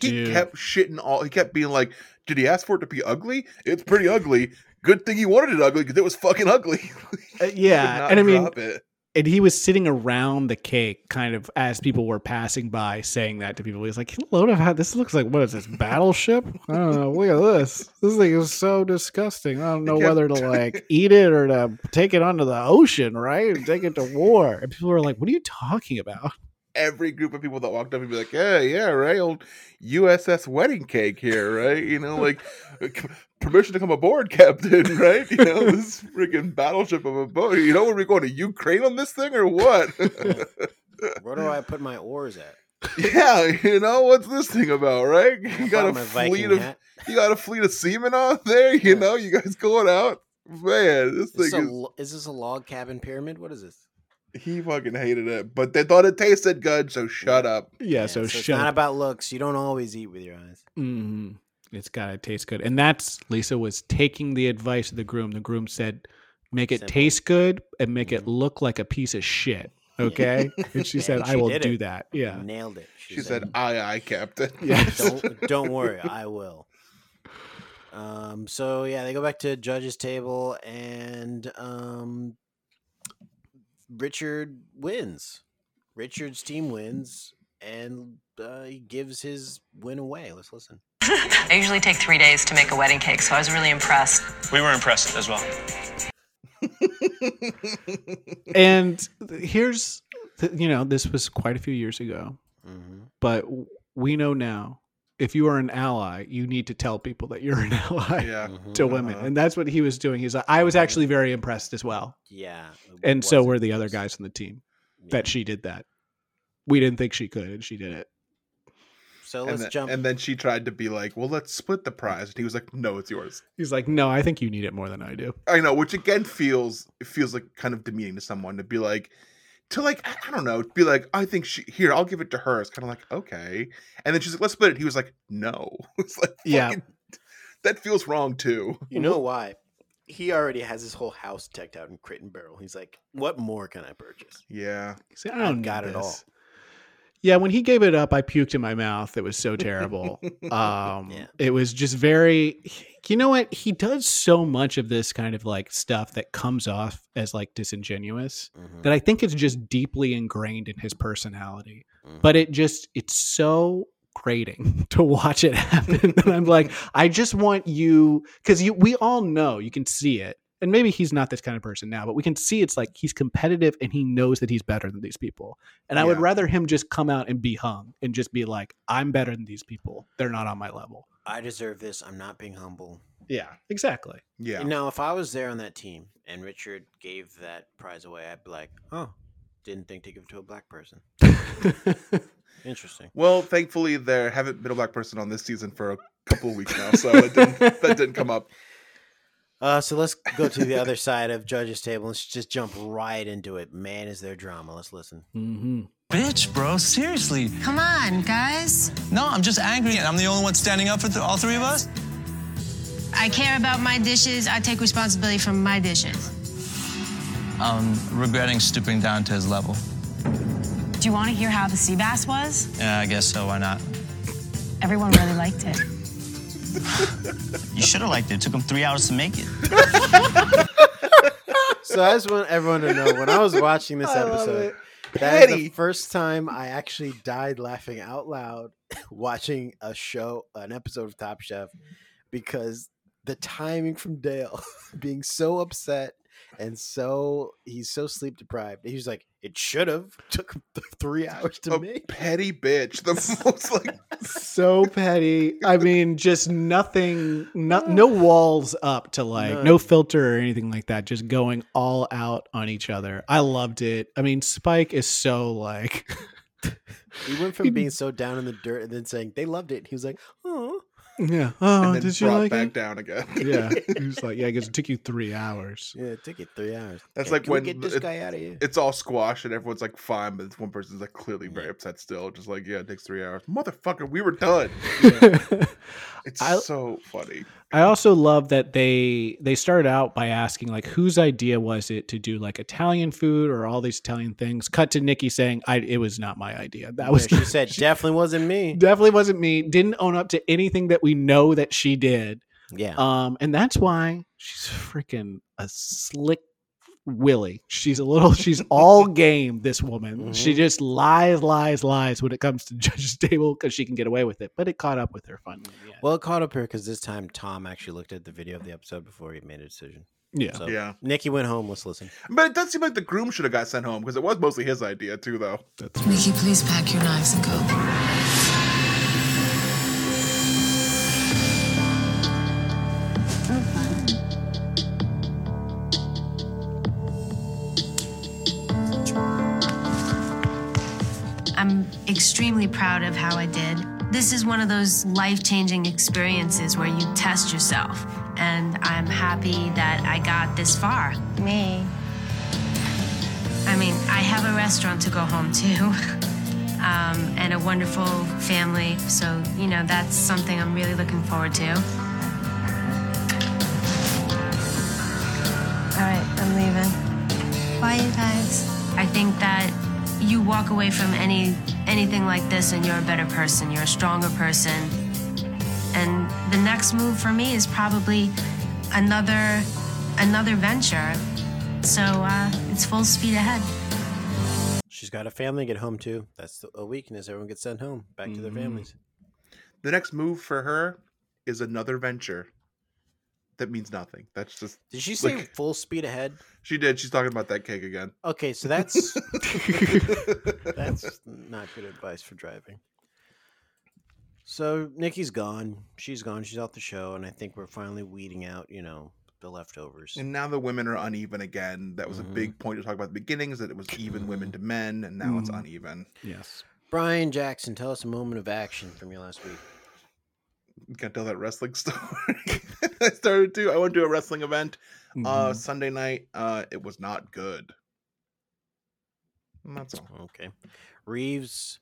He Dude. kept shitting all he kept being like, Did he ask for it to be ugly? It's pretty ugly. Good thing he wanted it ugly because it was fucking ugly. Uh, yeah, not and I mean, drop it. and he was sitting around the cake, kind of as people were passing by, saying that to people. He was like, "Load of how this looks like. What is this battleship? I don't know. Look at this. This thing is so disgusting. I don't know Yeah. whether to like eat it or to take it onto the ocean, right? And take it to war." And people were like, "What are you talking about?" every group of people that walked up and be like, "Yeah, yeah, right, old USS wedding cake here, right? You know, like uh, permission to come aboard, Captain, right? You know, this freaking battleship of a boat. You know, are we going to Ukraine on this thing or what? Where do I put my oars at? yeah, you know, what's this thing about, right? You brought got a my fleet Viking of hat. you got a fleet of seamen out there. You know, you guys going out, man. This Is this, a, thing is lo- is this a log cabin pyramid? What is this? he fucking hated it, but they thought it tasted good, so shut up. Yeah, so, It's shut not up. about looks. You don't always eat with your eyes. Mhm. It's got to taste good. And that's Lisa was taking the advice of the groom. The groom said, make it Simple. taste good and make it look like a piece of shit. Okay. And she said, Mm-hmm. And I will did do it. that. Yeah. Nailed it. She said, "Aye, aye, Captain." don't, don't worry, I will. Um, so yeah, they go back to judge's table and um, Richard wins. Richard's team wins, and uh, he gives his win away. Let's listen. I usually take three days to make a wedding cake, so I was really impressed. We were impressed as well. and th- here's th- you know this was quite a few years ago Mm-hmm. but w- we know now if you are an ally you need to tell people that you're an ally Yeah. to women Uh-huh. and that's what he was doing he's like i was actually very impressed as well Yeah, it and so Uh-huh. was were the other guys on the team that she did that we didn't think she could and she did it So and let's then, jump. And then she tried to be like, "Well, let's split the prize," and he was like, "No, it's yours." he's like no i think you need it more than i do I know, which again feels it feels like kind of demeaning to someone to be like, to like I I don't know, be like, "I think she here, I'll give it to her." It's kind of like okay, and then she's like, "Let's split it." He was like, "No," it's like yeah that feels wrong too. You know why? He already has his whole house decked out in crit and barrel. He's like, "What more can I purchase?" Yeah, See, I don't I've got need it all. this. Yeah, when he gave it up, I puked in my mouth. It was so terrible. um, It was just very, you know what? He does so much of this kind of like stuff that comes off as like disingenuous Mm-hmm. that I think it's just deeply ingrained in his personality. But it just, it's so grating to watch it happen. and I'm like, I just want you, because you, we all know you can see it. And maybe he's not this kind of person now, but we can see it's like he's competitive and he knows that he's better than these people. And I would Yeah. rather him just come out and be hung and just be like, I'm better than these people. They're not on my level. I deserve this. I'm not being humble. Yeah, exactly. Yeah. And now, if I was there on that team and Richard gave that prize away, I'd be like, "Oh, didn't think to give it to a black person." Interesting. Well, thankfully, there haven't been a black person on this season for a couple of weeks now, so it didn't, that didn't come up. Uh, so let's go to the other side of judges' table. Let's just jump right into it. Man, is there drama? Let's listen. Mm-hmm. Bitch, bro, seriously. Come on, guys. No, I'm just angry and I'm the only one standing up for th- all three of us. I care about my dishes. I take responsibility for my dishes. I'm regretting stooping down to his level. Do you want to hear how the sea bass was? Yeah, I guess so, why not? Everyone really liked it. You should have liked it. It took them three hours to make it. So I just want everyone to know when I was watching this I love episode, it. that is Petty. the first time I actually died laughing out loud watching a show, an episode of Top Chef, because the timing from Dale being so upset and so he's so sleep deprived. He was like, "It should have took three hours to A make." petty bitch, the most like so petty. I mean, just nothing, no, no walls up to like, None. no filter or anything like that. Just going all out on each other. I loved it. I mean, Spike is so like, He went from being so down in the dirt and then saying they loved it. He was like, "Oh, yeah. Oh, then did you brought like back it? down again. yeah. He was like, yeah, because it took you three hours. Yeah, it took you three hours. That's Hey, like can we when get the- this guy outta here? It's all squash and everyone's like fine, but this one person's like clearly very upset still. Just like yeah, it takes three hours. Motherfucker, we were done. it's so funny. I also love that they they started out by asking like whose idea was it to do like Italian food or all these Italian things. Cut to Nikki saying, "I it was not my idea. That was she said definitely wasn't me. definitely wasn't me. Didn't own up to anything that we know that she did. Yeah. Um, and that's why she's freaking a slick Willy. She's a little. She's all game. This woman. She Mhm. just lies, lies, lies when it comes to judge's table because she can get away with it. But it caught up with her finally. Well, it caught up here because this time Tom actually looked at the video of the episode before he made a decision. Yeah. So, Yeah. Nikki went home. Let's listen. But it does seem like the groom should have got sent home because it was mostly his idea too, though. Mickey, please pack your knives and go. I'm extremely proud of how I did. This is one of those life changing experiences where you test yourself, and I'm happy that I got this far. Me. I mean, I have a restaurant to go home to um, and a wonderful family, so, you know, that's something I'm really looking forward to. All right, I'm leaving. Bye, you guys. I think that you walk away from any anything like this and you're a better person you're a stronger person and the next move for me is probably another another venture so uh, it's full speed ahead She's got a family to get home to. That's the- a weakness. Everyone gets sent home back to their families. The next move for her is another venture. That means nothing. That's just. Did she say full speed ahead? She did. She's talking about that cake again. Okay, so that's that's not good advice for driving. So Nikki's gone. She's gone. She's out the show, and I think we're finally weeding out, you know, the leftovers. And now the women are uneven again. That was a big point to talk about at the beginning is that it was even women to men, and now it's Mhm. uneven. Yes. Brian Jackson, tell us a moment of action from your last week. Gotta tell that wrestling story. I started to. I went to a wrestling event uh Mhm. Sunday night. Uh It was not good. And That's all. Okay, Reeves,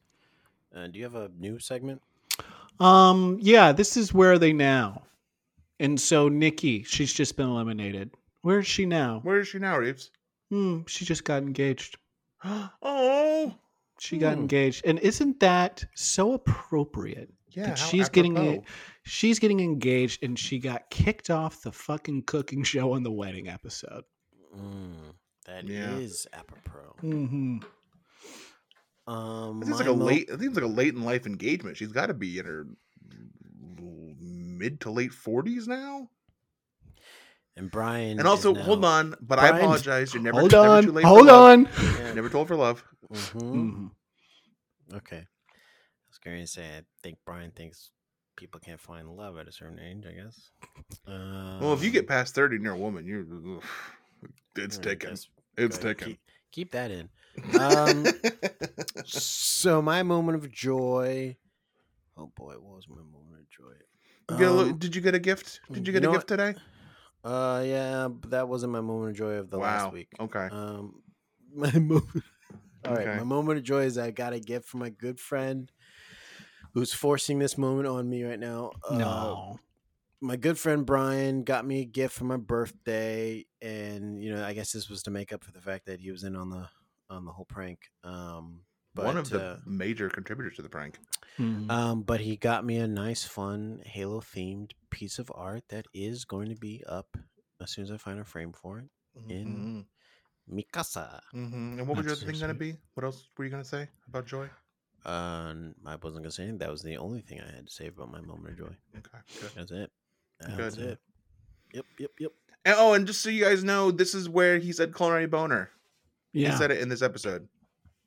uh, do you have a new segment? Um, yeah, this is where are they now? And so Nikki, she's just been eliminated. Where is she now? Where is she now, Reeves? Hmm, she just got engaged. oh, She got Hmm. engaged, and isn't that so appropriate? Yeah, that how she's getting e, apropos. she's getting engaged, and she got kicked off the fucking cooking show on the wedding episode. Mm, that is Yeah. apropos. Mm-hmm. Um, It seems like a my mo- late. It seems like a late in life engagement. She's got to be in her mid to late forties now. And Brian, And also, hold on, but I Brian- apologize. You're never Hold never on, too late hold for love. on. Yeah. Never told for love. Mhm. Mm. Mhm. Okay. I was going to say, I think Brian thinks people can't find love at a certain age, I guess. Uh, well, if you get past thirty and you're a woman, you it's Alright, taken. that's It's good. taken. Keep, keep that in. Um, so, my moment of joy. Oh boy, what was my moment of joy? You get a little- Um, did you get a gift? Did you you get know a what? gift today? Uh, yeah, but that wasn't my moment of joy of the Wow, last week. okay. Um, my moment. All right, Okay. my moment of joy is I got a gift from my good friend, who's forcing this moment on me right now. Uh, No. My good friend Brian got me a gift for my birthday, and you know, I guess this was to make up for the fact that he was in on the on the whole prank. Um, but, One of the Mm-hmm. uh, major contributors to the prank. Mm-hmm. um, but he got me a nice, fun Halo themed piece of art that is going to be up as soon as I find a frame for it in Mikasa. hmm Mm-hmm. And what was your That's other thing so going to be? What else were you going to say about joy? Um, I wasn't gonna say anything. That was the only thing I had to say about my moment of joy. Okay, good. That's it. Good. That's it. Yep, yep, yep. And, oh, and just so you guys know, this is where he said culinary boner. Yeah. He said it in this episode.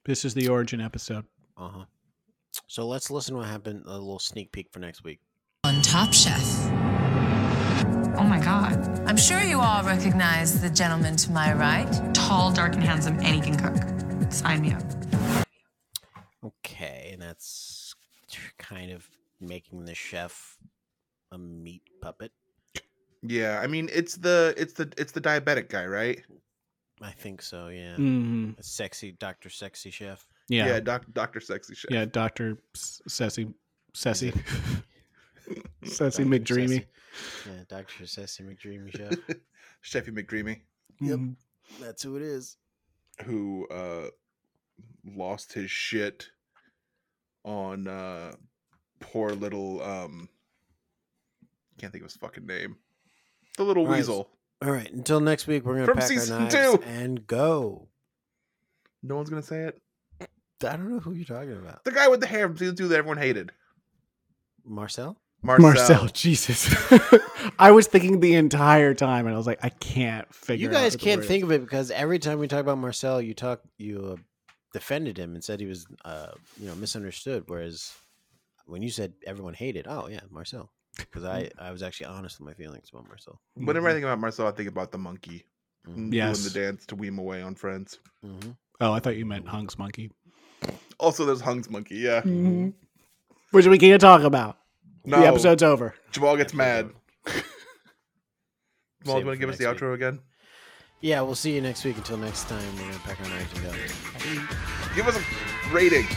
This is the origin episode. Uh huh. So let's listen to what happened. A little sneak peek for next week. On Top Chef. Oh my God. I'm sure you all recognize the gentleman to my right. Tall, dark, and handsome, and he can cook. Sign me up. Okay, and that's kind of making the chef a meat puppet. Yeah, I mean it's the it's the it's the diabetic guy, right? I think so. Yeah. Mm. Mhm. A sexy Doctor Sexy Chef. Yeah. yeah, doc, Doctor Sexy Chef. Yeah, Doctor Sessie, Sessie, Sessie McDreamy. Yeah, Doctor Sexy McDreamy Chef. Chefy McDreamy, Yep. Mhm. That's who it is. who uh lost his shit on uh poor little um can't think of his fucking name. The little All right, weasel. All right. Until next week, we're gonna From pack season our knives two. and go. No one's gonna say it. I don't know who you're talking about. The guy with the hair from season two that everyone hated. Marcel? Marcel. Jesus. I was thinking the entire time, and I was like, I can't figure. You guys can't think of it because every time we talk about Marcel, you talk you uh, defended him and said he was uh, you know misunderstood. Whereas when you said everyone hated, oh yeah, Marcel, because I I was actually honest with my feelings about Marcel. Whenever I think about Marcel, I think about the monkey mm Yes. doing the dance to Weem Away on Friends. Oh, I thought you meant Hunk's monkey, Also, there's Hung's monkey. Yeah. which we can't talk about. No. The episode's over. Jamal gets mad. Jamal, Save you want it to for give us the next outro again? Yeah, we'll see you next week. Until next time, we're gonna pack our knives and go. Give us a rating.